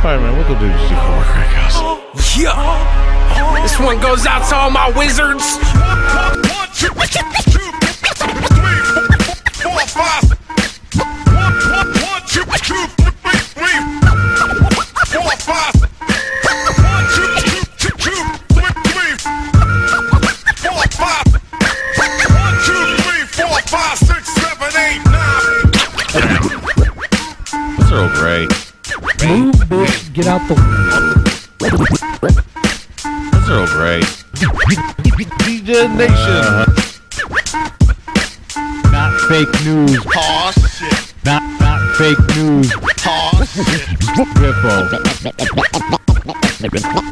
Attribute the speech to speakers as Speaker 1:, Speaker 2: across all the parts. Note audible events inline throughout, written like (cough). Speaker 1: Spider-Man, what the dude is he called?
Speaker 2: Yeah. This one goes out to all my wizards.
Speaker 1: That's Earl Grey.
Speaker 3: Move, bitch. Get out the.
Speaker 1: That's Earl Grey. DJ Nation.
Speaker 4: Uh,
Speaker 3: Not fake news.
Speaker 5: Aw, shit.
Speaker 3: Not not fake news.
Speaker 5: Aw, shit.
Speaker 1: Riffo.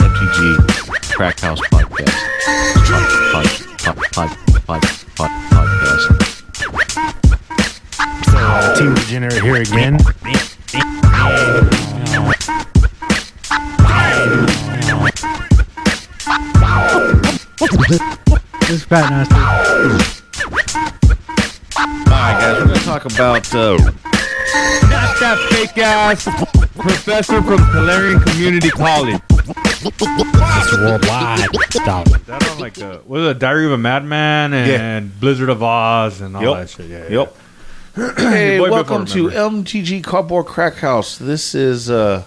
Speaker 1: MTG. Crack House Podcast. Pod, pod, pod, pod, pod, pod, podcast.
Speaker 6: Team Degenerate here again.
Speaker 3: This fat nasty.
Speaker 1: All right, guys, we're going to talk about uh,
Speaker 4: Not that fake ass professor from Calarian Community College.
Speaker 6: It's worldwide. Stop.
Speaker 4: That on like a was it a Diary of a Madman and Blizzard of Oz and all
Speaker 1: Yep.
Speaker 4: that shit. Yeah, yeah.
Speaker 1: Yep. Hey,
Speaker 4: Boy,
Speaker 1: welcome to
Speaker 4: before
Speaker 1: MTG Cardboard Crack House. This is uh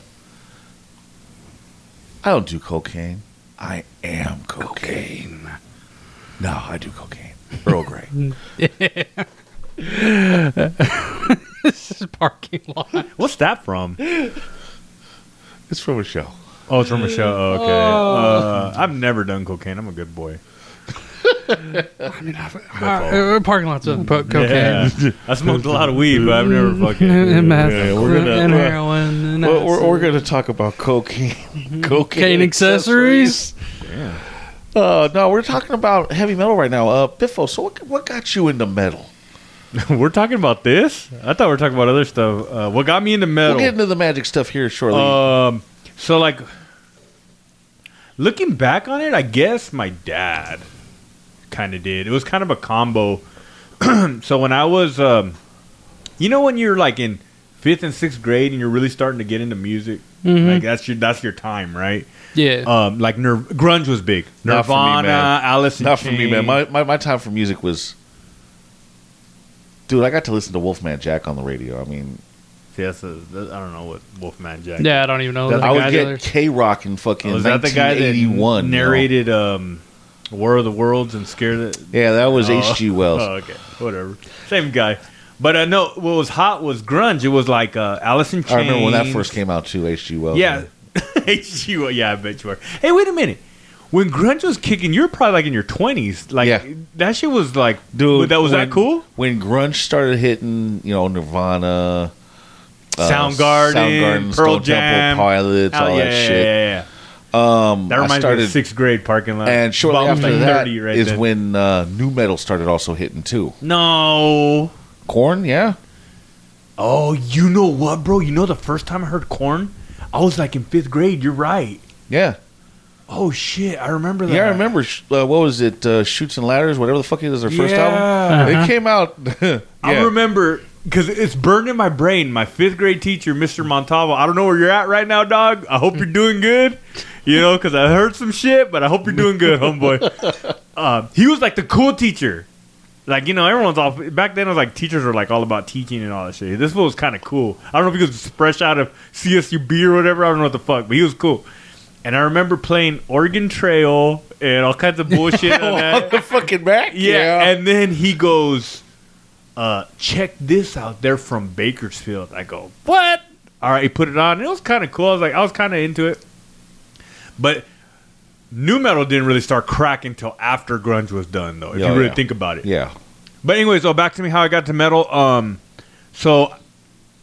Speaker 1: I don't do cocaine. I am cocaine. No, I do cocaine. Earl Grey. (laughs)
Speaker 7: This is parking lot.
Speaker 4: What's that
Speaker 1: (gasps)
Speaker 4: from?
Speaker 1: it's from a show.
Speaker 4: Oh, it's from a show. Oh, okay. Uh, I've never done cocaine. I'm a good boy.
Speaker 7: Uh, uh, parking lots of po- cocaine.
Speaker 4: Yeah. I smoked a lot of weed, but I've never
Speaker 7: (laughs)
Speaker 4: fucking.
Speaker 7: And, and meth,
Speaker 1: we're gonna-
Speaker 7: and
Speaker 1: uh,
Speaker 7: heroin, and
Speaker 1: Well, we're,
Speaker 7: acid.
Speaker 1: we're going to talk about (laughs) cocaine. cocaine
Speaker 7: cocaine accessories.
Speaker 1: Uh, no, we're talking about heavy metal right now. Uh, Biffo, so what, what got you into metal?
Speaker 4: we're talking about this. I thought we were talking about other stuff. Uh, what got me into metal?
Speaker 1: We'll get into the magic stuff here shortly.
Speaker 7: Uh,
Speaker 4: Um, so like, looking back on it, I guess my dad kind of did. It was kind of a combo. (clears throat) so when I was, um, you know, when you're like in fifth and sixth grade and you're really starting to get into music,
Speaker 7: Mm-hmm.
Speaker 4: like that's your that's your time, right?
Speaker 7: Yeah.
Speaker 1: Uh,
Speaker 4: Um, like Nir- grunge was big.
Speaker 1: Not for me,
Speaker 4: Nirvana,
Speaker 1: man.
Speaker 4: Alice in
Speaker 1: Not for me, man.
Speaker 4: Chains.
Speaker 1: My, my, my time for music was. Dude, I got to listen to Wolfman Jack on the radio. I mean,
Speaker 4: See, that's a- that- I don't know what Wolfman Jack.
Speaker 7: yeah, I don't even know.
Speaker 4: That-
Speaker 7: the
Speaker 1: I would
Speaker 7: guys
Speaker 1: get
Speaker 7: either.
Speaker 1: K Rock in fucking
Speaker 4: was that the guy that
Speaker 1: 1981. yo.
Speaker 4: narrated um, War of the Worlds and Scared the
Speaker 1: Yeah, that was
Speaker 4: Oh.
Speaker 1: H.G.
Speaker 4: (laughs)
Speaker 1: Wells.
Speaker 4: Oh, okay. Whatever. Same guy. But uh, no, what was hot was grunge. It was like uh, Alice in Chains.
Speaker 1: I remember when that first came out too. H.G. Wells.
Speaker 4: Yeah. (laughs) you are- yeah, I bet you are. Hey, wait a minute. When grunge was kicking, you were probably like in your twenties. Like
Speaker 1: Yeah.
Speaker 4: that shit was like,
Speaker 1: dude,
Speaker 4: That was
Speaker 1: when-
Speaker 4: that cool?
Speaker 1: When grunge started hitting, you know, Nirvana, uh,
Speaker 4: Soundgarden, Pearl
Speaker 1: Stone
Speaker 4: Jam,
Speaker 1: Temple Pilots,
Speaker 4: Oh,
Speaker 1: all
Speaker 4: yeah,
Speaker 1: that
Speaker 4: yeah,
Speaker 1: shit.
Speaker 4: Yeah, yeah,
Speaker 1: Um,
Speaker 4: That
Speaker 1: I
Speaker 4: reminds me
Speaker 1: started,
Speaker 4: of sixth grade parking lot.
Speaker 1: and shortly
Speaker 4: About
Speaker 1: after that is
Speaker 4: 30 right then.
Speaker 1: when uh, new metal started also hitting too.
Speaker 4: no.
Speaker 1: Corn, yeah,
Speaker 4: Oh, you know what, bro? You know the first time I heard Corn, I was like in fifth grade. You're right.
Speaker 1: yeah,
Speaker 4: Oh shit, I remember that.
Speaker 1: yeah. I remember sh- uh, what was it? Uh, Shoots and ladders, whatever the fuck it is. Their first
Speaker 4: Yeah. Uh-huh.
Speaker 1: album. It came out. (laughs) yeah.
Speaker 4: I remember because it's burned in my brain. My fifth grade teacher, Mr. Montalvo. I don't know where you're at right now, dog. I hope you're doing good. You know, because I heard some shit, but I hope you're doing good, homeboy. Uh, he was like the cool teacher. Like you know, everyone's all back then. It was like teachers were like all about teaching and all that shit. This fool was kind of cool. I don't know if he was fresh out of CSUB or whatever. I don't know what the fuck, but he was cool. And I remember playing Oregon Trail and all kinds of bullshit. on that.
Speaker 1: the fucking back.
Speaker 4: Yeah, and then he goes, uh, check this out. They're from Bakersfield. I go, what? All right, he put it on. and It was kind of cool. I was like, I was kind of into it. But new metal didn't really start cracking until after grunge was done, though, if
Speaker 1: Yeah,
Speaker 4: you really
Speaker 1: Oh, yeah.
Speaker 4: think about it.
Speaker 1: yeah.
Speaker 4: But anyway, so back to me how I got to metal. Um, so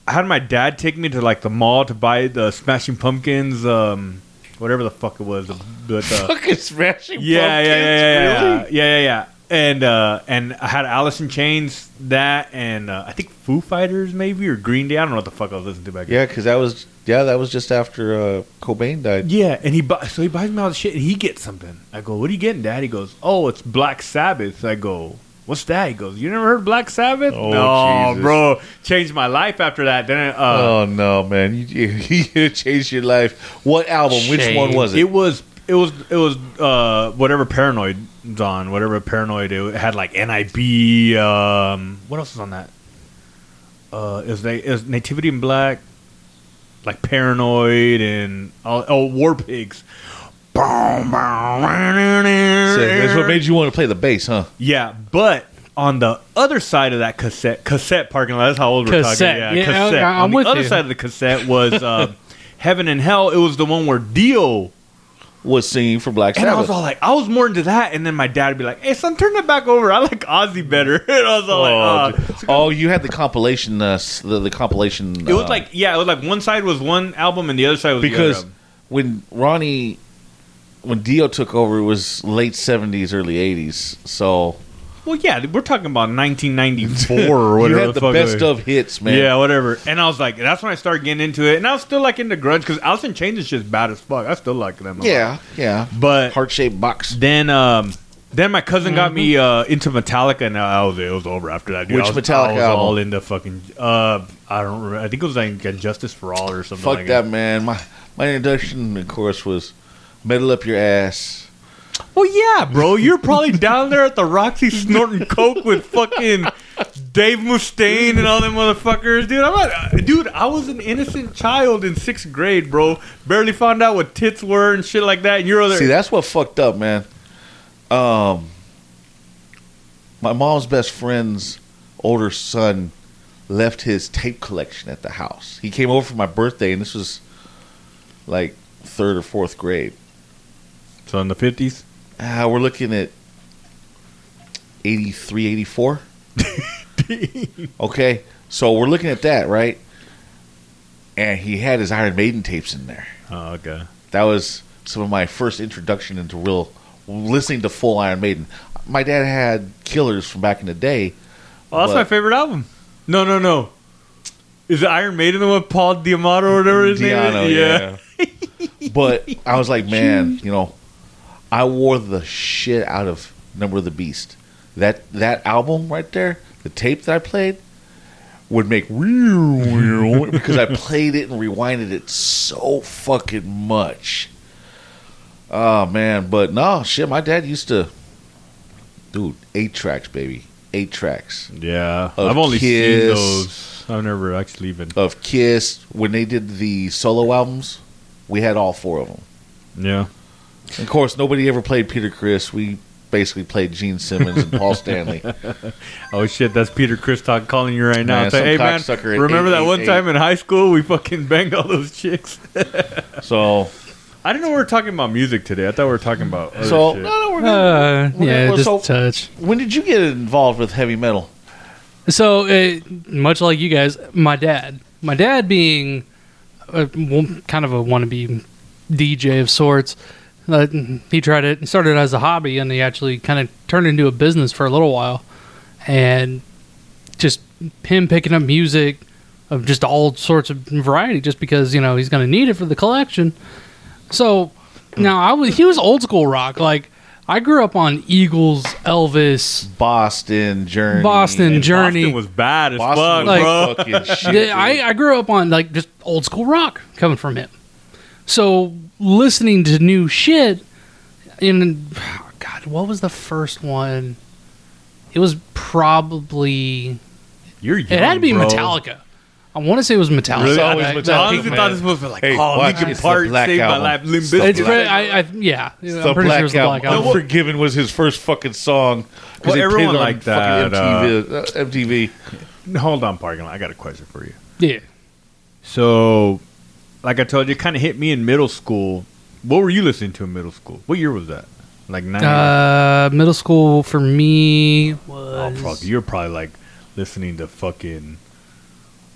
Speaker 4: I had my dad take me to like the mall to buy the Smashing Pumpkins, um, whatever the fuck it was. the- But, uh,
Speaker 1: Fucking smashing.
Speaker 4: yeah, yeah, yeah, yeah,
Speaker 1: really?
Speaker 4: yeah, yeah, yeah, yeah. And uh, and I had Alice in Chains, that, and uh, I think Foo Fighters maybe or Green Day. I don't know what the fuck I was listening to back then.
Speaker 1: Yeah, because that was yeah, that was just after uh, Cobain died.
Speaker 4: Yeah, and he bu- so he buys me all the shit, and he gets something. I go, "What are you getting, Dad?" He goes, "Oh, it's Black Sabbath." I go, What's that? He goes, You never heard Black Sabbath?
Speaker 1: Oh,
Speaker 4: no,
Speaker 1: Jesus.
Speaker 4: bro. Changed my life after that. Then uh,
Speaker 1: oh no, man! You, (laughs) you, you changed your life. What album? Which one was it?
Speaker 4: it was it was it was uh whatever paranoid's on, whatever paranoid it had like NIB, um what else is on that? Uh is they is Nativity in Black like paranoid and all, oh war pigs.
Speaker 1: So that's what made you want to play the bass, huh?
Speaker 4: Yeah, but on the other side of that cassette cassette parking lot, that's how old we're
Speaker 7: Cassette.
Speaker 4: talking. Yeah,
Speaker 7: Yeah,
Speaker 4: cassette.
Speaker 7: okay, I'm
Speaker 4: on the
Speaker 7: with
Speaker 4: other
Speaker 7: you.
Speaker 4: side of the cassette was uh, (laughs) Heaven and Hell. It was the one where Dio
Speaker 1: Was singing for Black
Speaker 4: and I was
Speaker 1: Sabbath.
Speaker 4: all like, I was more into that, and then my dad would be like, "Hey, son, turn it back over. I like Ozzy better." (laughs) And I was all like,
Speaker 1: oh,
Speaker 4: uh,
Speaker 1: oh, you had the compilation. Uh, s- the, the compilation.
Speaker 4: "It was
Speaker 1: uh,
Speaker 4: like, yeah, it was like one side was one album, and the other side was the
Speaker 1: because
Speaker 4: other album.
Speaker 1: when Ronnie, when Dio took over, it was late seventies, early eighties. So
Speaker 4: Well, yeah, we're talking about 1994 or whatever.
Speaker 1: (laughs) you had the,
Speaker 4: fuck it
Speaker 1: best
Speaker 4: was.
Speaker 1: of hits, man.
Speaker 4: Yeah, whatever. And I was like, that's when I started getting into it. And I was still like into grunge because Alice in Chains is just bad as fuck. I still like them. a lot.
Speaker 1: yeah, yeah.
Speaker 4: But
Speaker 1: Heart shaped box.
Speaker 4: then, um, then my cousin got me uh, into Metallica, and I was, it was over after that. Dude.
Speaker 1: Which
Speaker 4: I was,
Speaker 1: Metallica
Speaker 4: I was
Speaker 1: album?
Speaker 4: all into fucking. Uh, I don't. remember. I think it was like Justice for All or something.
Speaker 1: Fuck
Speaker 4: like
Speaker 1: that, man. My my introduction, of course, was metal up your ass.
Speaker 4: Well, Oh, yeah, bro. You're probably down there at the Roxy snorting coke with fucking Dave Mustaine and all them motherfuckers, dude. I'm not, dude. I was an innocent child in sixth grade, bro. Barely found out what tits were and shit like that. And you're other.
Speaker 1: See, that's what fucked up, man. Um, my mom's best friend's older son left his tape collection at the house. He came over for my birthday, and this was like third or fourth grade.
Speaker 4: So in the fifties.
Speaker 1: Uh, we're looking at 83, 84. okay, so we're looking at that, right? And he had his Iron Maiden tapes in there.
Speaker 4: Oh, okay.
Speaker 1: That was some of my first introduction into real listening to full Iron Maiden. My dad had Killers from back in the day.
Speaker 4: Well, Oh, that's
Speaker 1: But-
Speaker 4: my favorite album. No, no, no. Is the Iron Maiden the one Paul Diamato or whatever his name
Speaker 1: Diano,
Speaker 4: is?
Speaker 1: yeah. but I was like, man, you know, I wore the shit out of Number of the Beast. That that album right there, the tape that I played, would make (laughs) because I played it and rewinded it so fucking much. Oh man, but no shit. My dad used to, dude, eight tracks, baby, eight tracks
Speaker 4: Yeah.
Speaker 1: Of
Speaker 4: I've only seen
Speaker 1: Kiss.
Speaker 4: those. I've never actually even.
Speaker 1: of Kiss when they did the solo albums. We had all four of them.
Speaker 4: Yeah.
Speaker 1: Of course, nobody ever played Peter Chris. We basically played Gene Simmons and Paul (laughs) Stanley.
Speaker 4: Oh shit, that's Peter Kristoff calling you right now.
Speaker 1: Man,
Speaker 4: Say,
Speaker 1: some
Speaker 4: hey man,
Speaker 1: cocksucker at
Speaker 4: remember that one
Speaker 1: 888.
Speaker 4: time in high school we fucking banged all those chicks?
Speaker 1: So,
Speaker 4: I didn't know we were talking about music today. I thought we were talking about other
Speaker 1: so
Speaker 4: shit.
Speaker 1: no, no, we're good.
Speaker 7: Uh,
Speaker 1: Well,
Speaker 7: yeah,
Speaker 1: well,
Speaker 7: just
Speaker 1: so-
Speaker 7: touch.
Speaker 1: When did you get involved with heavy metal?
Speaker 7: So, uh, much like you guys, my dad, my dad being a, w- kind of a wannabe DJ of sorts, uh, he tried it, he started as a hobby, and he actually kind of turned into a business for a little while. And just him picking up music of just all sorts of variety, just because you know he's going to need it for the collection. So now I was he was old school rock like. I grew up on Eagles, Elvis,
Speaker 1: Boston Journey.
Speaker 7: Boston,
Speaker 1: and
Speaker 7: Journey.
Speaker 4: Boston was bad as fuck,
Speaker 1: Boston was
Speaker 7: Like-
Speaker 4: bro.
Speaker 1: (laughs) fucking shit.
Speaker 7: Yeah,
Speaker 1: dude.
Speaker 7: I, I grew up on like just old school rock coming from him. So listening to new shit, and God, what was the first one? It was probably
Speaker 4: You're
Speaker 7: it had to be
Speaker 4: young, bro.
Speaker 7: Metallica. I want to say it was Metallica.
Speaker 1: Really? It's
Speaker 7: I-
Speaker 1: always
Speaker 7: I-
Speaker 4: I
Speaker 1: Metallica.
Speaker 4: honestly
Speaker 1: man.
Speaker 4: thought this was like,
Speaker 1: Hey,
Speaker 4: oh,
Speaker 1: watch,
Speaker 4: Linkin
Speaker 1: it's the
Speaker 4: Park
Speaker 1: Black
Speaker 4: saved
Speaker 1: Album.
Speaker 4: my life. Limp
Speaker 1: It's the
Speaker 7: It's
Speaker 4: Bizkit.
Speaker 1: Black-
Speaker 7: really, I, I yeah,
Speaker 1: The
Speaker 7: I'm pretty sure it
Speaker 1: Black
Speaker 7: was the Black
Speaker 1: Album.
Speaker 7: Album.
Speaker 1: Unforgiven was his first fucking song. 'cause
Speaker 4: Well,
Speaker 1: they
Speaker 4: everyone
Speaker 1: played it on
Speaker 4: liked
Speaker 1: fucking
Speaker 4: that, uh,
Speaker 1: MTV, uh, MTV.
Speaker 4: Hold on, parking lot. I got a question for you.
Speaker 7: Yeah,
Speaker 4: So, like I told you, it kind of hit me in middle school. What were you listening to in middle school? What year was that? Like nine.
Speaker 7: uh, middle school for me
Speaker 4: Oh
Speaker 7: was
Speaker 4: fuck! You're probably like listening to fucking.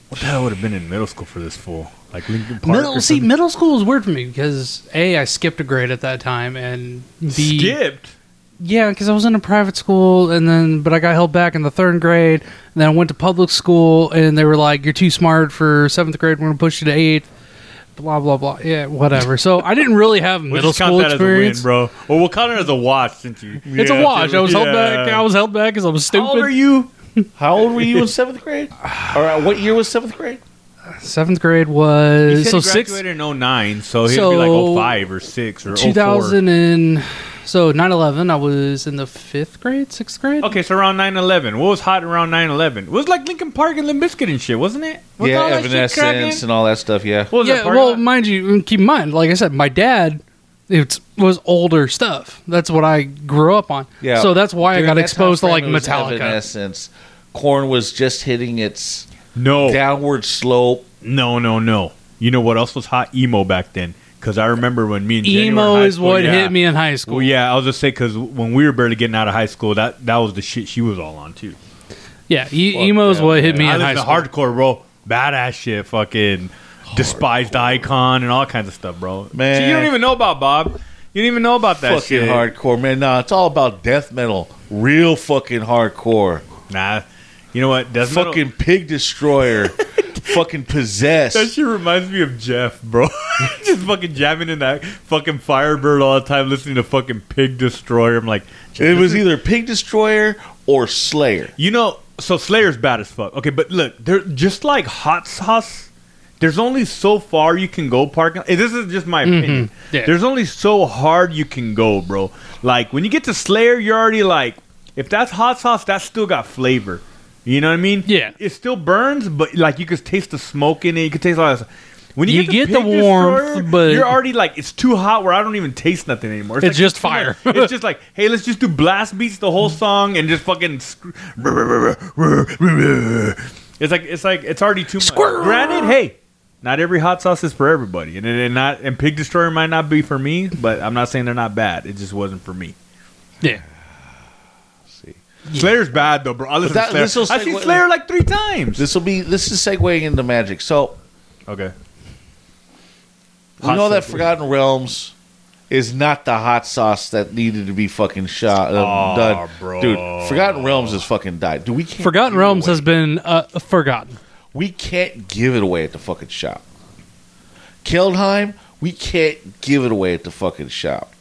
Speaker 4: What the hell would have been in middle school for this fool? Like Lincoln Park.
Speaker 7: middle.
Speaker 4: or
Speaker 7: See,
Speaker 4: something?
Speaker 7: middle school was weird for me because a I skipped a grade at that time, and b
Speaker 4: skipped.
Speaker 7: Yeah, because I was in a private school, and then but I got held back in the third grade. And then I went to public school, and they were like, "You're too smart for seventh grade. We're gonna push you to eighth. blah blah blah. Yeah, whatever. So I didn't really have
Speaker 4: We'll
Speaker 7: middle
Speaker 4: just count
Speaker 7: school
Speaker 4: that
Speaker 7: experience.
Speaker 4: as a win, bro. Or we'll count it as a watch since you.
Speaker 7: It's a
Speaker 4: Yeah,
Speaker 7: wash. I was held
Speaker 4: yeah.
Speaker 7: back. I was held back because I was stupid.
Speaker 4: How old are you?
Speaker 1: How old were you in seventh grade? Or uh, what year was seventh grade?
Speaker 7: Seventh grade was Uh,
Speaker 4: so
Speaker 7: so six.
Speaker 4: graduated in 09, so he'd be
Speaker 7: So-
Speaker 4: like 05 or 6 or 04.
Speaker 7: 2000 and so 9-11 i was in the fifth grade sixth grade
Speaker 4: Okay, so around 9 11. What was hot around 9 11? It was like Lincoln Park and Limp Bizkit and shit, wasn't it? Was
Speaker 1: yeah,
Speaker 4: all that shit
Speaker 1: Evanescence
Speaker 4: cracking?
Speaker 1: and all that stuff. Yeah.
Speaker 4: What was
Speaker 7: yeah
Speaker 4: that part
Speaker 7: well
Speaker 4: of-
Speaker 7: mind you keep in mind like i said my dad it was older stuff that's what i grew up on
Speaker 1: Yeah.
Speaker 7: so that's why
Speaker 1: During
Speaker 7: i got
Speaker 1: that
Speaker 7: exposed to
Speaker 1: timeframe,
Speaker 7: like
Speaker 1: it was
Speaker 7: metallica
Speaker 1: Evanescence. Corn was just hitting its
Speaker 4: no,
Speaker 1: downward slope.
Speaker 4: no, no, no. You know what else was hot? Emo back then. Because I remember when me and Jenny were in
Speaker 7: emo
Speaker 4: high
Speaker 7: is
Speaker 4: school,
Speaker 7: what
Speaker 4: yeah.
Speaker 7: hit me in high school
Speaker 4: Well, yeah, I was just say because when we were barely getting out of high school, that that was the shit she was all on too.
Speaker 7: yeah e-
Speaker 1: Fuck
Speaker 7: emo is
Speaker 1: that,
Speaker 7: what hit me
Speaker 4: I
Speaker 7: in high
Speaker 4: listened to
Speaker 7: school
Speaker 4: hardcore, bro, badass shit, fucking despised icon and all kinds of stuff, bro.
Speaker 1: Man.
Speaker 4: See, you don't even know about Bob. You don't even know about that
Speaker 1: Fucking
Speaker 4: shit.
Speaker 1: hardcore, man. Nah, it's all about death metal. Real fucking hardcore.
Speaker 4: Nah, you know what? Death metal-
Speaker 1: Fucking
Speaker 4: (laughs)
Speaker 1: pig destroyer. fucking possessed.
Speaker 4: That shit reminds me of Jeff, bro. (laughs) Just fucking jamming in that fucking Firebird all the time, listening to fucking Pig Destroyer. I'm like,
Speaker 1: It was either Pig Destroyer or Slayer.
Speaker 4: you know, so Slayer's bad as fuck. Okay, but look, they're just like hot sauce. There's only so far you can go parking. eh, This is just my opinion.
Speaker 7: Mm-hmm. Yeah.
Speaker 4: There's only so hard you can go, bro. Like when you get to Slayer, you're already like, if that's hot sauce, that's still got flavor. You know what I mean?
Speaker 7: Yeah.
Speaker 4: It still burns, but like you could taste the smoke in it. You could taste all that. stuff. When you,
Speaker 7: You
Speaker 4: get,
Speaker 7: get the
Speaker 4: Pig
Speaker 7: warmth,
Speaker 4: Destroyer,
Speaker 7: but-
Speaker 4: you're already like it's too hot where I don't even taste nothing anymore.
Speaker 7: It's
Speaker 4: like,
Speaker 7: just fire.
Speaker 4: too much. it's just like, hey, let's just do blast beats the whole song and just fucking. Sc- it's like it's like it's already too much. Granted, hey, not every hot sauce is for everybody, and it, and not and Pig Destroyer might not be for me, but I'm not saying they're not bad. It just wasn't for me.
Speaker 7: yeah
Speaker 4: Slayer's bad though, bro. I listen
Speaker 1: that-
Speaker 4: to Slayer.
Speaker 1: this'll
Speaker 4: I see
Speaker 1: segue-
Speaker 4: Slayer like three times.
Speaker 1: This will be this is segueing into magic. So
Speaker 4: okay.
Speaker 1: we
Speaker 4: Hot
Speaker 1: know that
Speaker 4: sauce.
Speaker 1: Forgotten Realms is not the hot sauce that needed to be fucking shot uh,
Speaker 4: Aw,
Speaker 1: done,
Speaker 4: bro.
Speaker 1: dude. Forgotten Realms is fucking died. Dude, we can't
Speaker 7: forgotten
Speaker 1: give it
Speaker 7: realms
Speaker 1: away.
Speaker 7: has been uh, forgotten
Speaker 1: we can't give it away at the fucking shop. Keldheim, we can't give it away at the fucking shop.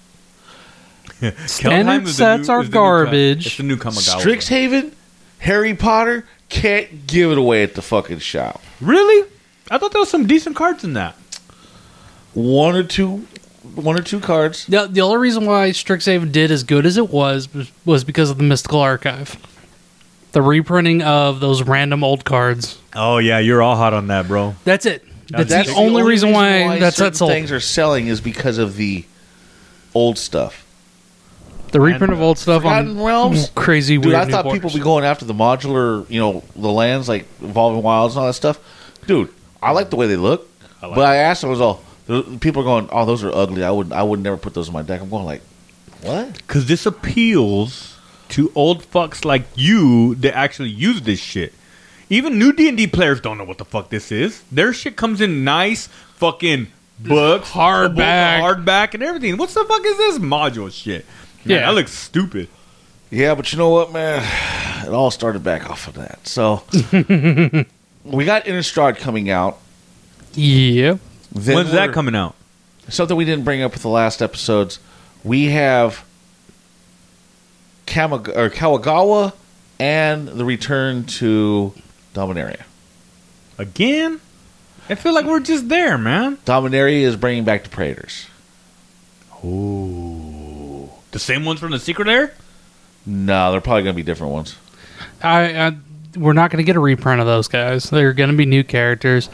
Speaker 4: Keldheim
Speaker 7: standard
Speaker 4: is the new-
Speaker 7: sets are
Speaker 4: is the new Ka- It's
Speaker 7: garbage
Speaker 4: the new Kamigawa.
Speaker 1: Strixhaven, Harry Potter can't give it away at the fucking shop.
Speaker 4: Really? I thought there was some decent cards in that.
Speaker 1: One or two, one or two cards.
Speaker 7: the, the only reason why Strixhaven did as good as it was was- was because of the Mystical Archive, the reprinting of those random old cards.
Speaker 4: Oh yeah, you're all hot on that, bro.
Speaker 7: That's it. That's,
Speaker 1: That's
Speaker 7: the, only reason why, that's
Speaker 1: certain
Speaker 7: that's sold.
Speaker 1: things are selling is because of the old stuff.
Speaker 7: The reprint of old stuff
Speaker 1: Forgotten
Speaker 7: on
Speaker 1: Realms.
Speaker 7: crazy
Speaker 1: Dude,
Speaker 7: weird.
Speaker 1: I
Speaker 7: new
Speaker 1: thought
Speaker 7: borders.
Speaker 1: people be going after the modular, you know, the lands like evolving wilds and all that stuff. Dude, I like the way they look, but I asked, I was all the- people are going, "Oh, those are ugly. I would, I would never put those in my deck." I'm going like, "What?
Speaker 4: Because this appeals to old fucks like you that actually use this shit. Even new D and D players don't know what the fuck this is. Their shit comes in nice fucking books,
Speaker 7: Hardback.
Speaker 4: hardback, and everything. What's the fuck is this module shit? Man,
Speaker 7: Yeah.
Speaker 4: that looks stupid.
Speaker 1: Yeah, but you know what, man? (sighs) It all started back off of that.
Speaker 7: (laughs)
Speaker 1: So we got Innistrad coming out.
Speaker 7: Yeah.
Speaker 1: Then
Speaker 4: When's
Speaker 1: we're-
Speaker 4: that coming out?
Speaker 1: something we didn't bring up with the last episodes. We have Kamig- or Kawagawa and the return to Dominaria.
Speaker 4: Again? I feel like we're just there, man.
Speaker 1: Dominaria is bringing back the Praetors.
Speaker 4: Ooh, the same ones from the Secret Lair.
Speaker 1: No, they're probably going to be different ones.
Speaker 7: I, I we're not going to get a reprint of those guys. They're going to be new characters.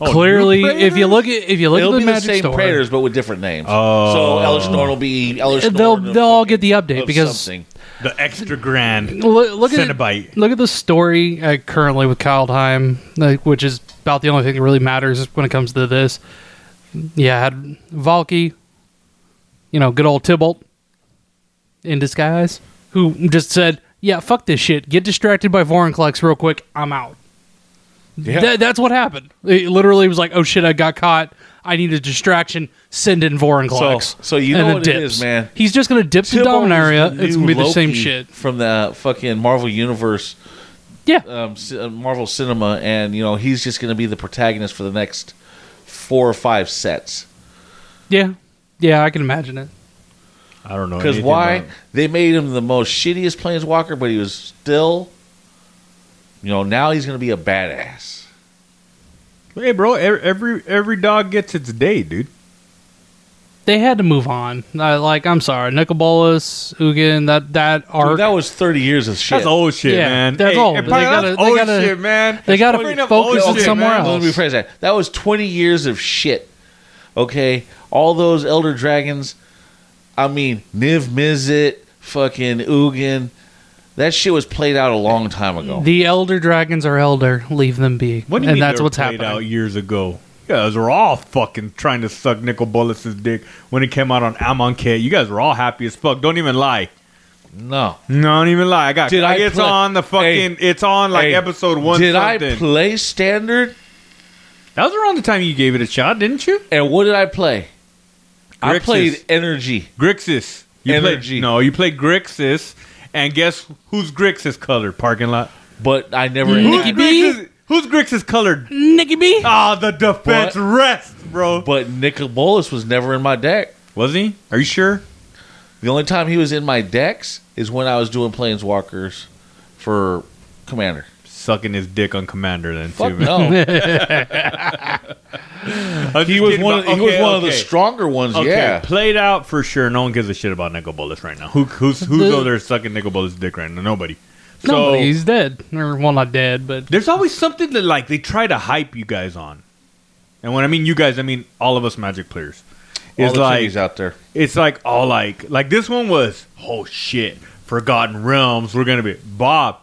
Speaker 4: Oh, new
Speaker 7: Clearly, if you
Speaker 4: Praetors?
Speaker 7: look at if you look
Speaker 1: It'll
Speaker 7: at the
Speaker 1: be the
Speaker 7: Magic
Speaker 1: same
Speaker 7: store,
Speaker 1: Praetors, but with different names.
Speaker 4: Oh.
Speaker 1: So Elishnorn will be Elishnorn.
Speaker 7: they'll
Speaker 1: of
Speaker 7: they'll all get the
Speaker 1: fucking-
Speaker 7: update
Speaker 1: of
Speaker 7: because
Speaker 1: something.
Speaker 4: the extra grand
Speaker 7: look, look at
Speaker 4: Cenobite.
Speaker 7: look at the story uh, currently with Kaldheim, like, which is about the only thing that really matters when it comes to this. Yeah, I had Valky, you know, good old Tybalt in disguise, who just said, "Yeah, fuck this shit. Get distracted by Voronclex real quick. I'm out." Tha- that's what happened. It literally was like, "Oh shit, I got caught. I need a distraction. Send in Voronclex."
Speaker 1: So- so you know
Speaker 7: And
Speaker 1: what it is, man.
Speaker 7: He's just gonna dip to
Speaker 1: Tybalt is
Speaker 7: Dominaria.
Speaker 1: the
Speaker 7: It's
Speaker 1: new
Speaker 7: gonna be the same
Speaker 1: Loki
Speaker 7: shit.
Speaker 1: from the fucking Marvel Universe
Speaker 7: Yeah.
Speaker 1: um, ci- uh, Marvel Cinema, and you know he's just going to be the protagonist for the next four or five sets.
Speaker 7: Yeah, yeah, I can imagine it.
Speaker 4: I don't know.
Speaker 1: Because
Speaker 4: anything
Speaker 1: why?
Speaker 4: about-
Speaker 1: They made him the most shittiest planeswalker, but he was still, you know, now he's going to be a badass.
Speaker 4: Hey, bro. Every, every every dog gets its day, dude.
Speaker 7: They had to move on. I, like, I'm sorry, Nicobolas, Ugin, that that arc.
Speaker 1: Dude, that was 30 years of shit.
Speaker 4: That's old shit,
Speaker 7: Yeah,
Speaker 4: man.
Speaker 7: that's
Speaker 4: Hey,
Speaker 7: old.
Speaker 4: hey,
Speaker 7: They
Speaker 4: Brian,
Speaker 7: gotta-
Speaker 4: that's
Speaker 7: they
Speaker 4: old
Speaker 7: gotta-
Speaker 4: shit, man.
Speaker 7: they gotta
Speaker 4: Bring up
Speaker 7: focus
Speaker 4: old
Speaker 7: on
Speaker 4: shit,
Speaker 7: somewhere
Speaker 4: man.
Speaker 1: Let
Speaker 7: else.
Speaker 1: me rephrase that. That was 20 years of shit. Okay? All those Elder Dragons. I mean, Niv Mizzet, fucking Ugin. That shit was played out a long time ago.
Speaker 7: the elder dragons are elder. Leave them be.
Speaker 4: What do you
Speaker 7: and
Speaker 4: mean
Speaker 7: that's
Speaker 4: they were
Speaker 7: what's
Speaker 4: played
Speaker 7: happening.
Speaker 4: out years ago? You guys were all fucking trying to suck Nicol Bolas's dick when it came out on Amonkhet. You guys were all happy as fuck. Don't even lie.
Speaker 1: no.
Speaker 4: No, don't even lie. I got.
Speaker 1: Did I
Speaker 4: it's
Speaker 1: play-
Speaker 4: on the fucking. it's on like
Speaker 1: Hey,
Speaker 4: episode one.
Speaker 1: Did I
Speaker 4: something.
Speaker 1: play standard?
Speaker 4: that was around the time you gave it a shot, didn't you?
Speaker 1: And what did I play? I
Speaker 4: Grixis.
Speaker 1: played energy.
Speaker 4: Grixis. You
Speaker 1: Energy.
Speaker 4: Played, no, you played Grixis, and guess who's Grixis colored? Parking lot.
Speaker 1: But I never.
Speaker 7: Nikki
Speaker 4: Who's
Speaker 7: B?
Speaker 4: Grixis- Who's Grixis colored?
Speaker 7: Nikki B.
Speaker 4: Ah, the defense
Speaker 1: What?
Speaker 4: rest, bro.
Speaker 1: But Nicobolus was never in my deck.
Speaker 4: Was he? Are you sure?
Speaker 1: The only time he was in my decks is when I was doing Planeswalkers for Commander.
Speaker 4: Sucking his dick on Commander then
Speaker 1: Fuck
Speaker 4: too. (laughs) Man.
Speaker 1: no.
Speaker 4: I'm
Speaker 1: he
Speaker 4: just
Speaker 1: was
Speaker 4: kidding
Speaker 1: one. Of,
Speaker 4: about-
Speaker 1: he was
Speaker 4: okay,
Speaker 1: one of the
Speaker 4: okay.
Speaker 1: stronger ones.
Speaker 4: Okay,
Speaker 1: Yeah.
Speaker 4: played out for sure. No one gives a shit about Nicol Bolas right now. Who, who's who's
Speaker 7: The-
Speaker 4: over there sucking Nicol Bolas' dick right now? Nobody. So
Speaker 7: No, he's dead. Or, well, not dead, but
Speaker 4: there's always something that like they try to hype you guys on, and when I mean you guys, I mean all of us Magic players.
Speaker 1: All
Speaker 4: It's
Speaker 1: the
Speaker 4: like
Speaker 1: chimneys out there.
Speaker 4: it's like all like like this one was oh shit, Forgotten Realms. We're gonna be Bob.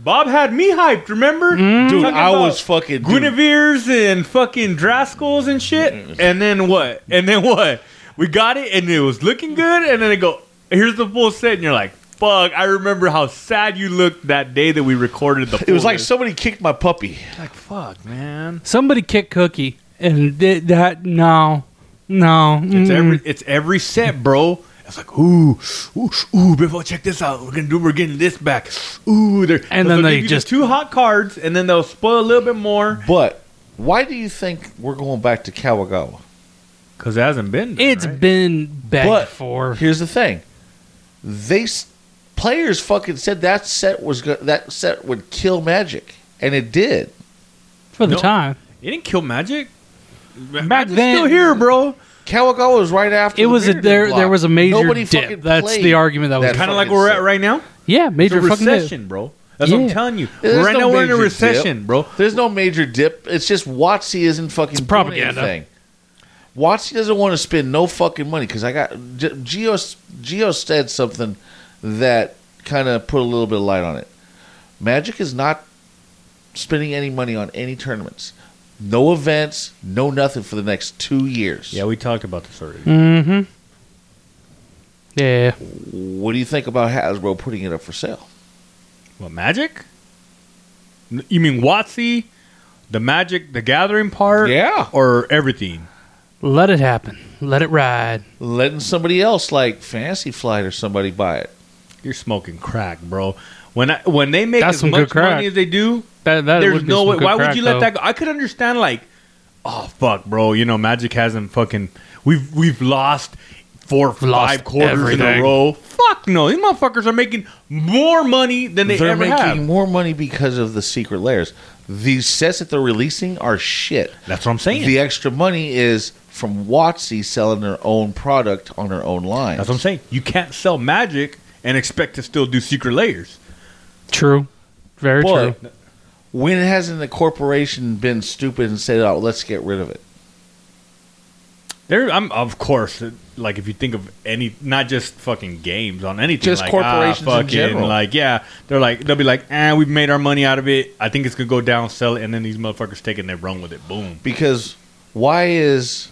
Speaker 4: Bob had me hyped. Remember,
Speaker 1: Mm. Dude,
Speaker 4: Talking
Speaker 1: I
Speaker 4: about-
Speaker 1: was fucking. Dude,
Speaker 4: Guinevere's and fucking Draskel's and shit. And then what? And then what? We got it, and it was looking good. And then they go, "Here's the full set," and you're like, "Fuck!" I remember how sad you looked that day that we recorded the.
Speaker 1: it was
Speaker 4: full
Speaker 1: like
Speaker 4: list.
Speaker 1: somebody kicked my puppy.
Speaker 4: like fuck, man.
Speaker 7: somebody kicked Cookie, and did that no, no.
Speaker 4: It's
Speaker 7: mm.
Speaker 4: every it's every set, bro. It's like ooh, ooh, ooh, Biffo, check this out. We're gonna do. We're getting this back. Ooh, they're,
Speaker 7: And
Speaker 4: they'll
Speaker 7: then they
Speaker 4: give you the
Speaker 7: just-
Speaker 4: two hot cards, and then they'll spoil a little bit more
Speaker 1: But why do you think we're going back to Kawagawa?
Speaker 4: because it hasn't been. done,
Speaker 7: It's
Speaker 4: right?
Speaker 7: been back
Speaker 1: But-
Speaker 7: for
Speaker 1: Here's the thing. They s- players fucking said that set was go- that set would kill Magic, and it did.
Speaker 7: for the
Speaker 4: No.
Speaker 7: time.
Speaker 4: It didn't kill Magic. Back
Speaker 7: then-
Speaker 4: still here, bro.
Speaker 1: Kawagawa was right after.
Speaker 7: It
Speaker 1: the
Speaker 7: was a,
Speaker 1: Bearded
Speaker 7: there.
Speaker 1: block.
Speaker 7: There was a major
Speaker 1: Nobody fucking
Speaker 7: dip. That's
Speaker 1: played.
Speaker 7: the argument that was.
Speaker 1: that
Speaker 4: Kind of
Speaker 1: fucking
Speaker 4: like where we're at
Speaker 1: set.
Speaker 4: right now.
Speaker 7: yeah,
Speaker 4: It's a
Speaker 7: major fucking dip.
Speaker 4: recession, bro. That's what I'm
Speaker 7: Yeah.
Speaker 4: telling you.
Speaker 1: There's
Speaker 4: right
Speaker 1: no
Speaker 4: now we're in a
Speaker 1: major
Speaker 4: recession,
Speaker 1: dip.
Speaker 4: bro.
Speaker 1: There's no major dip. It's just Watsy isn't fucking doing
Speaker 7: propaganda.
Speaker 1: anything. Watsy doesn't want to spend no fucking money because I got G- Geo. Geo said something that kind of put a little bit of light on it. Magic is not spending any money on any tournaments. No events, no nothing for the next two years.
Speaker 4: we talked about this already.
Speaker 7: Mm-hmm. Yeah,
Speaker 1: What do you think about Hasbro putting it up for sale?
Speaker 4: What Magic? N- You mean Watsy, the Magic, the Gathering part?
Speaker 1: Yeah.
Speaker 4: or everything?
Speaker 7: let it happen. Let it ride.
Speaker 1: Letting somebody else, like Fancy Flight or somebody, buy it.
Speaker 4: You're smoking crack, bro. When I, when they make
Speaker 7: That's
Speaker 4: as
Speaker 7: some good
Speaker 4: much
Speaker 7: crack.
Speaker 4: money as they do,
Speaker 7: That, that
Speaker 4: there's
Speaker 7: would be
Speaker 4: no
Speaker 7: some
Speaker 4: way.
Speaker 7: good
Speaker 4: Why
Speaker 7: crack,
Speaker 4: would you let
Speaker 7: though.
Speaker 4: that go? I could understand like, oh fuck, bro. You know, Magic hasn't fucking. We've we've lost four or
Speaker 7: Lost
Speaker 4: five quarters in
Speaker 7: everything.
Speaker 4: a row. Fuck no, these motherfuckers are making more money than they
Speaker 1: are
Speaker 4: ever
Speaker 1: making
Speaker 4: have.
Speaker 1: more money because of the secret layers. These sets that they're releasing are shit.
Speaker 4: That's what I'm saying.
Speaker 1: The extra money is from Watsy selling their own product on their own line.
Speaker 4: That's what I'm saying. You can't sell Magic and expect to still do secret layers.
Speaker 7: True, very
Speaker 1: But
Speaker 7: true.
Speaker 1: when hasn't the corporation been stupid and said, "Oh, let's get rid of it"?
Speaker 4: There, I'm of course. Like if you think of any, not just fucking games on anything,
Speaker 1: Just
Speaker 4: like,
Speaker 1: corporations in
Speaker 4: ah, fucking,
Speaker 1: general.
Speaker 4: Like yeah, they're like they'll be like, ah, we've made our money out of it. I think it's gonna go down, sell it, and then these motherfuckers take it and they run with it. Boom.
Speaker 1: Because why is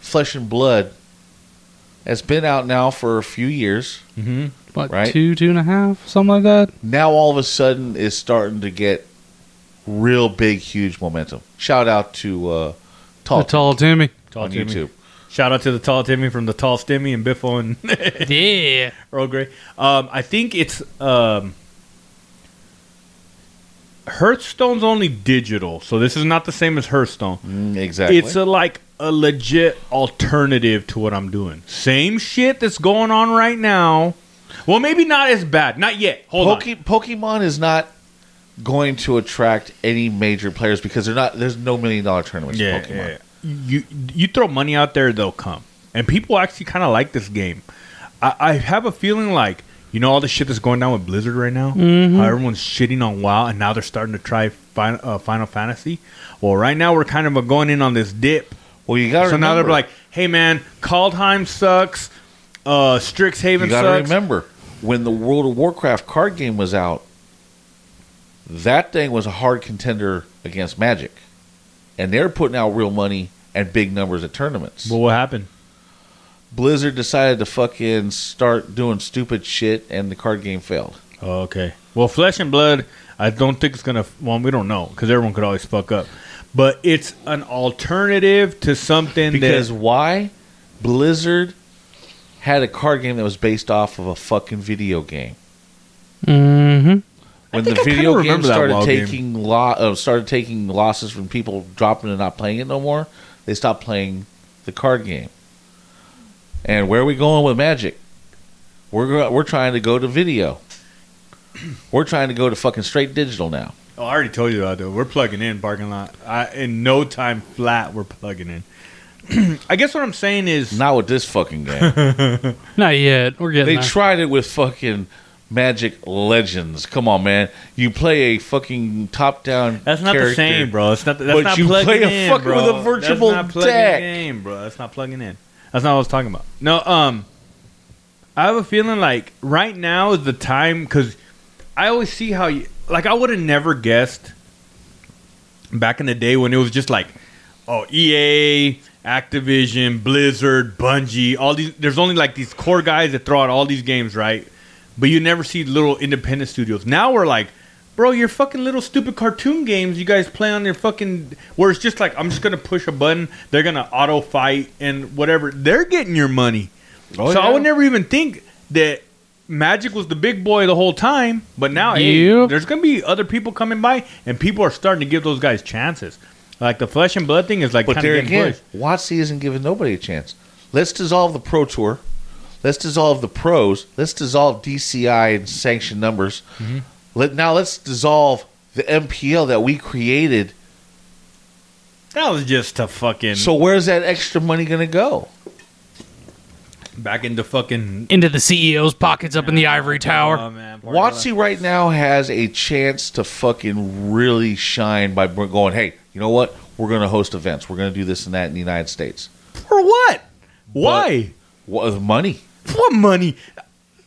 Speaker 1: Flesh and Blood? It's been out now for a few years.
Speaker 4: Mm-hmm.
Speaker 7: What
Speaker 1: right?
Speaker 7: two, two and a half, something like that.
Speaker 1: Now all of a sudden is starting to get real big, huge momentum. Shout out to uh, Tall
Speaker 7: The tall Timmy.
Speaker 4: Tall
Speaker 1: on
Speaker 4: Timmy.
Speaker 1: YouTube.
Speaker 4: Shout out to the tall Timmy from the tall Stimmy and Biffo and (laughs)
Speaker 7: yeah,
Speaker 4: Earl Grey. Um, I think it's um, Hearthstone's only digital, so this is not the same as Hearthstone.
Speaker 1: Mm, exactly.
Speaker 4: It's a, like a legit alternative to what I'm doing. Same shit that's going on right now. Well, maybe not as bad. Not yet. Hold on.
Speaker 1: Poke- Pokemon is not going to attract any major players because they're not. There's no million dollar tournaments. in
Speaker 4: yeah,
Speaker 1: Pokemon.
Speaker 4: yeah, yeah. You you throw money out there, they'll come, and people actually kind of like this game. I, I have a feeling like you know all the shit that's going down with Blizzard right now. How everyone's shitting on WoW, and now they're starting to try fin- uh, Final Fantasy. Well, right now we're kind of uh, going in on this dip.
Speaker 1: Well, you got to
Speaker 4: so now they're like, "Hey, man, Kaldheim sucks. Uh, Strixhaven
Speaker 1: you got to
Speaker 4: sucks."
Speaker 1: remember when the World of Warcraft card game was out. That thing was a hard contender against Magic, and they're putting out real money and big numbers at tournaments.
Speaker 4: Well, what happened?
Speaker 1: Blizzard decided to fucking start doing stupid shit, and the card game failed.
Speaker 4: Oh, okay. Well, Flesh and Blood, I don't think it's gonna. Well, we don't know because everyone could always fuck up. But it's an alternative to something
Speaker 1: Because
Speaker 4: that
Speaker 1: why? Blizzard had a card game that was based off of a fucking video game.
Speaker 7: Mm-hmm.
Speaker 1: When
Speaker 4: think
Speaker 1: the
Speaker 4: I kinda
Speaker 1: video game
Speaker 4: remember that
Speaker 1: started
Speaker 4: WoW game.
Speaker 1: taking lo- uh, started taking losses from people dropping and not playing it no more, they stopped playing the card game. And where are we going with Magic? We're go- we're trying to go to video. We're trying to go to fucking straight digital now.
Speaker 4: oh, I already told you about. Though we're plugging in parking lot. I, in no time flat, we're plugging in. (clears throat) I guess what I'm saying is
Speaker 1: Not with this fucking game.
Speaker 7: Not yet. We're getting
Speaker 1: They
Speaker 7: there.
Speaker 1: tried it with fucking Magic Legends. Come on, man. You play a fucking top-down.
Speaker 4: that's not the
Speaker 1: character.
Speaker 4: same, bro. It's not. That's
Speaker 1: But
Speaker 4: not
Speaker 1: you
Speaker 4: plugging
Speaker 1: play a
Speaker 4: in,
Speaker 1: fucking-
Speaker 4: bro.
Speaker 1: with a virtual
Speaker 4: that's not plugging
Speaker 1: deck.
Speaker 4: in, bro. That's not plugging in. That's not what I was talking about. No, um, I have a feeling like right now is the time because I always see how you like. I would have never guessed back in the day when it was just like, oh, EA, Activision, Blizzard, Bungie, all these. There's only like these core guys that throw out all these games, right? But you never see little independent studios. Now we're like, bro, your fucking little stupid cartoon games you guys play on your fucking. Where it's just like, I'm just gonna push a button, they're gonna auto fight and whatever. They're getting your money.
Speaker 1: Oh,
Speaker 4: so I
Speaker 1: yeah.
Speaker 4: would never even think that Magic was the big boy the whole time, but now hey,
Speaker 7: Yep.
Speaker 4: there's gonna be other people coming by, and people are starting to give those guys chances. Like the flesh and blood thing is like
Speaker 1: But
Speaker 4: kind of
Speaker 1: there
Speaker 4: getting
Speaker 1: again,
Speaker 4: pushed.
Speaker 1: Watsy isn't giving nobody a chance. Let's dissolve the Pro Tour. Let's dissolve the pros. Let's dissolve DCI and sanctioned numbers.
Speaker 4: Mm-hmm.
Speaker 1: Let now let's dissolve the MPL that we created.
Speaker 4: That was just a fucking
Speaker 1: So where's that extra money going to go?
Speaker 4: back into fucking
Speaker 7: into the CEO's pockets up in the ivory tower.
Speaker 4: Oh, man, Parker,
Speaker 1: Watsy right now has a chance to fucking really shine by br- going, hey, you know what? We're going to host events. We're going to do this and that in the United States.
Speaker 4: for what? Why?
Speaker 1: What money?
Speaker 4: What money?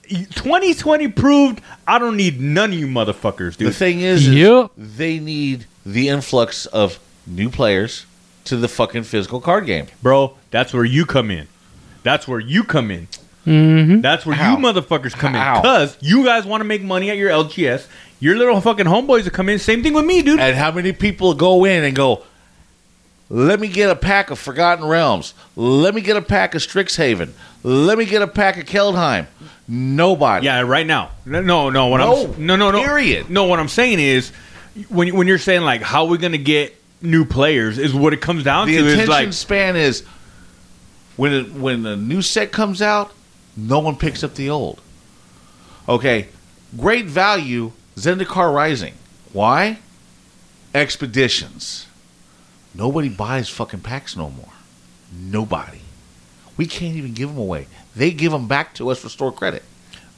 Speaker 4: 2020 proved I don't need none of you motherfuckers,
Speaker 1: The
Speaker 4: dude.
Speaker 1: thing is, is
Speaker 7: Yep.
Speaker 1: they need the influx of new players to the fucking physical card game.
Speaker 4: Bro, that's where you come in. That's where you come in.
Speaker 7: Mm-hmm.
Speaker 4: That's where
Speaker 1: How?
Speaker 4: you motherfuckers come in.
Speaker 1: How?
Speaker 4: Because you guys want to make money at your LGS. Your little fucking homeboys will come in. Same thing with me, dude.
Speaker 1: And how many people go in and go, let me get a pack of Forgotten Realms. Let me get a pack of Strixhaven. Let me get a pack of Keldheim. Nobody.
Speaker 4: Yeah, right now. No, no. What
Speaker 1: No.
Speaker 4: I'm no, no, no.
Speaker 1: Period.
Speaker 4: No, what I'm saying is, when when you're saying like, how are we gonna get new players? Is what it comes down
Speaker 1: the
Speaker 4: to
Speaker 1: attention
Speaker 4: is like,
Speaker 1: span is when it, when a new set comes out, no one picks up the old. Okay, great value Zendikar Rising. Why? Expeditions. Nobody buys fucking packs no more. Nobody. We can't even give them away. They give them back to us for store credit.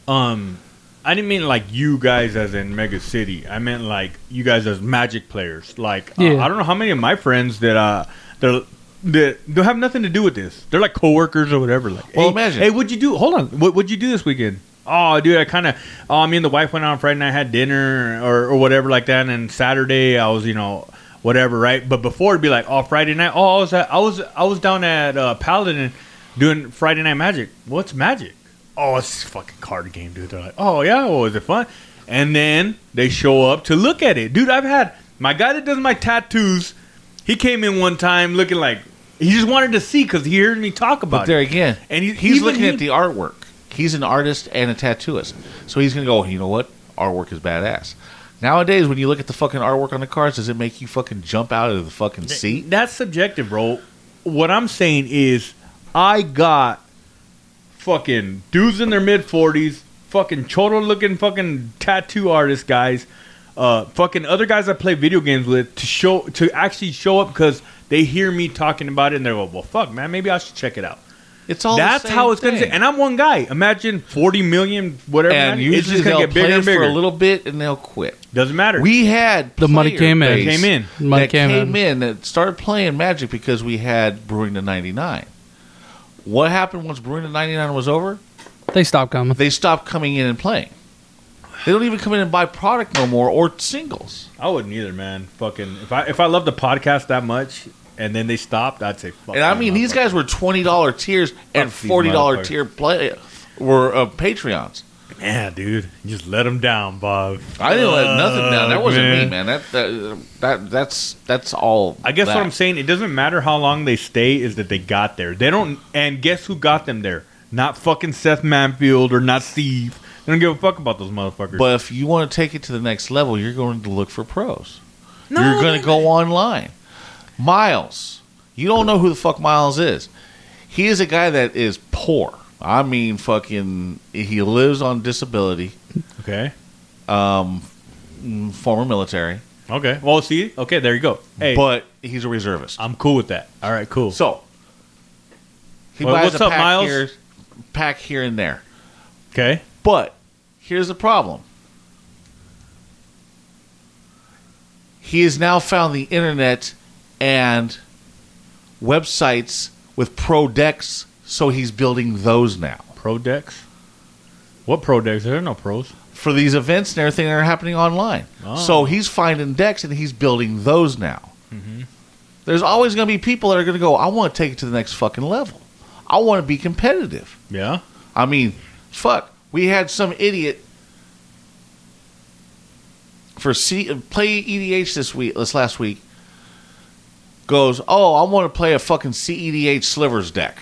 Speaker 4: um, I didn't mean like you guys as in Mega City. I meant like you guys as Magic players. Like, uh,
Speaker 7: Yeah.
Speaker 4: I don't know how many of my friends that uh, they're. That don't have nothing to do with this. They're like coworkers or whatever. Like,
Speaker 1: Well,
Speaker 4: hey,
Speaker 1: imagine.
Speaker 4: Hey, what'd you do? Hold on. What, what'd you do this weekend? Oh, dude, I kind of. Oh, me and the wife went out Friday night, had dinner or, or whatever like that, and then Saturday I was, you know, whatever, right? But before it'd be like, oh, Friday night. Oh, I was at, I was I was down at uh, Paladin doing Friday night magic. What's magic? Oh, it's a fucking card game, dude. They're like, oh yeah, oh, is it fun? And then they show up to look at it, dude. I've had my guy that does my tattoos. He came in one time looking like he just wanted to see because he heard me talk about
Speaker 1: But there
Speaker 4: it.
Speaker 1: again,
Speaker 4: And he-
Speaker 1: he's
Speaker 4: even
Speaker 1: looking
Speaker 4: he-
Speaker 1: at the artwork. He's an artist and a tattooist, so he's gonna go. You know what? Artwork is badass. Nowadays, when you look at the fucking artwork on the cars, does it make you fucking jump out of the fucking seat?
Speaker 4: That's subjective, bro. What I'm saying is, I got fucking dudes in their mid 40s, fucking cholo looking fucking tattoo artist guys, uh, fucking other guys I play video games with to show to actually show up because they hear me talking about it and they're like, well, fuck, man, maybe I should check it out.
Speaker 1: It's all the
Speaker 4: That's
Speaker 1: same
Speaker 4: how it's gonna.
Speaker 1: thing.
Speaker 4: Say. And I'm one guy. Imagine 40 million, whatever. man,
Speaker 1: and
Speaker 4: it's
Speaker 1: usually
Speaker 4: just
Speaker 1: they'll
Speaker 4: gonna get
Speaker 1: play
Speaker 4: bigger and bigger.
Speaker 1: for a little bit and they'll quit.
Speaker 4: Doesn't matter.
Speaker 1: We had
Speaker 7: The money
Speaker 1: player
Speaker 7: came in.
Speaker 1: base
Speaker 4: came in.
Speaker 7: Money
Speaker 1: that
Speaker 7: came in.
Speaker 1: that started playing Magic because we had Brewing the '99. What happened once Brewing the '99 was over?
Speaker 7: They stopped coming.
Speaker 1: They stopped coming in and playing. They don't even come in and buy product no more or singles.
Speaker 4: I wouldn't either, man. Fucking if I if I loved the podcast that much and then they stopped, I'd say fuck.
Speaker 1: And I
Speaker 4: them,
Speaker 1: mean,
Speaker 4: motherfucker.
Speaker 1: these guys were twenty dollar tiers and
Speaker 4: Fuck these
Speaker 1: forty dollar
Speaker 4: motherfuckers.
Speaker 1: tier play were uh, Patreons.
Speaker 4: Yeah, dude, you just let them down, Bob.
Speaker 1: I didn't let nothing down. That
Speaker 4: Fuck,
Speaker 1: wasn't me,
Speaker 4: man.
Speaker 1: man. That, that that that's that's all.
Speaker 4: I guess
Speaker 1: that.
Speaker 4: what I'm saying, it doesn't matter how long they stay, is that they got there. They don't, and guess who got them there? Not fucking Seth Manfield or not Steve. They don't give a fuck about those motherfuckers.
Speaker 1: But if you want to take it to the next level, you're going to look for pros. you're going to go online. Miles, you don't know who the fuck Miles is. He is a guy that is poor. I mean, fucking, he lives on disability,
Speaker 4: okay,
Speaker 1: um, mm, former military,
Speaker 4: okay. Well, see, okay, there you go. Hey, Uh,
Speaker 1: but he's a reservist.
Speaker 4: I'm cool with that. All right, cool.
Speaker 1: So he
Speaker 4: Well,
Speaker 1: buys
Speaker 4: what's
Speaker 1: a
Speaker 4: up,
Speaker 1: pack
Speaker 4: Miles?
Speaker 1: here, pack here and there.
Speaker 4: Okay,
Speaker 1: But here's the problem. He has now found the internet and websites with pro decks, so he's building those now.
Speaker 4: pro decks. What pro decks? There are no pros.
Speaker 1: For these events and everything that are happening online. So he's finding decks and he's building those now. There's always going to be people that are going to go, I want to take it to the next fucking level. I want to be competitive.
Speaker 4: Yeah.
Speaker 1: I mean, fuck. We had some idiot for C, play EDH this week, this last week. Goes, oh, I want to play a fucking CEDH slivers deck.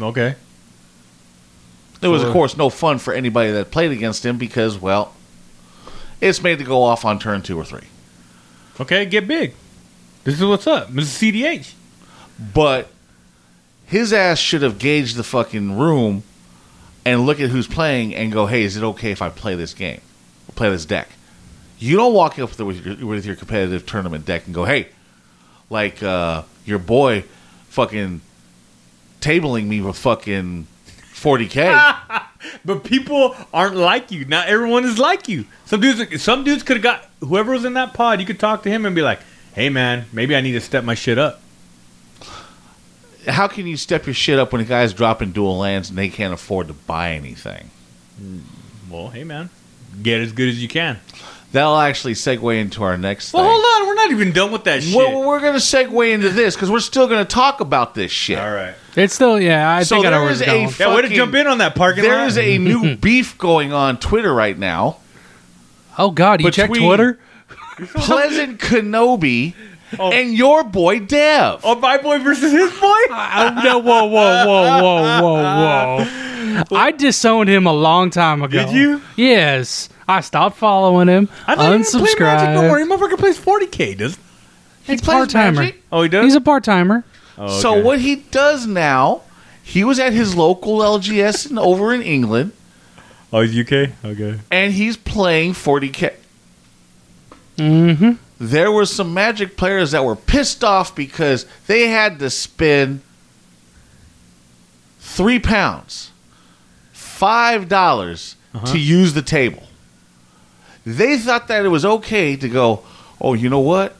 Speaker 4: Okay.
Speaker 1: It was, of
Speaker 4: Sure.
Speaker 1: course, no fun for anybody that played against him because, well, it's made to go off on turn two or three.
Speaker 4: Okay, get big. This is what's up. This is CDH.
Speaker 1: But his ass should have gauged the fucking room and look at who's playing and go, hey, is it okay if I play this game? Or play this deck? You don't walk up there with your, with your competitive tournament deck and go, hey, like uh, your boy fucking tabling me with fucking
Speaker 4: (laughs)
Speaker 1: 40K.
Speaker 4: But people aren't like you. Not everyone is like you. Some dudes, some dudes could have got whoever was in that pod. You could talk to him and be like, "Hey, man, maybe I need to step my shit up."
Speaker 1: How can you step your shit up when a guy's dropping dual lands and they can't afford to buy anything?
Speaker 4: Well, hey, man, get as good as you can.
Speaker 1: That'll actually segue into our next
Speaker 4: Well,
Speaker 1: thing.
Speaker 4: hold on, we're not even done with that shit.
Speaker 1: Well, we're going to segue into this because we're still going to talk about this shit.
Speaker 4: All right.
Speaker 7: It's still yeah. I
Speaker 1: So
Speaker 7: think I know
Speaker 1: there
Speaker 7: where
Speaker 1: is
Speaker 7: it's
Speaker 1: a
Speaker 7: going.
Speaker 1: f-
Speaker 4: Yeah, way to
Speaker 1: Fucking-
Speaker 4: jump in on that parking
Speaker 1: There
Speaker 4: lot.
Speaker 1: is
Speaker 4: (laughs)
Speaker 1: a new beef going on Twitter right now.
Speaker 7: oh God, you checked
Speaker 1: between-
Speaker 7: Twitter?
Speaker 4: (laughs)
Speaker 1: Pleasant Kenobi
Speaker 4: Oh.
Speaker 1: and your boy Dev.
Speaker 4: oh, my boy versus his boy.
Speaker 7: I, no, whoa, whoa, whoa, whoa, whoa, whoa! I disowned him a long time ago.
Speaker 4: Did you?
Speaker 7: Yes, I stopped following him.
Speaker 4: (laughs) I thought he didn't play Magic no more. He
Speaker 7: unsubscribed.
Speaker 4: motherfucker plays 40k, does?
Speaker 7: He's
Speaker 1: plays
Speaker 7: part timer.
Speaker 1: Magic?
Speaker 4: Oh, he does.
Speaker 7: He's a part timer.
Speaker 4: Oh,
Speaker 1: So
Speaker 4: okay.
Speaker 1: what he does now, he was at his local LGS in, over in England,
Speaker 4: Oh, he's UK. Okay.
Speaker 1: and he's playing 40k.
Speaker 7: Mm-hmm.
Speaker 1: There were some Magic players that were pissed off because they had to spend three pounds, five dollars to use the table. They thought that it was okay to go, oh, you know what?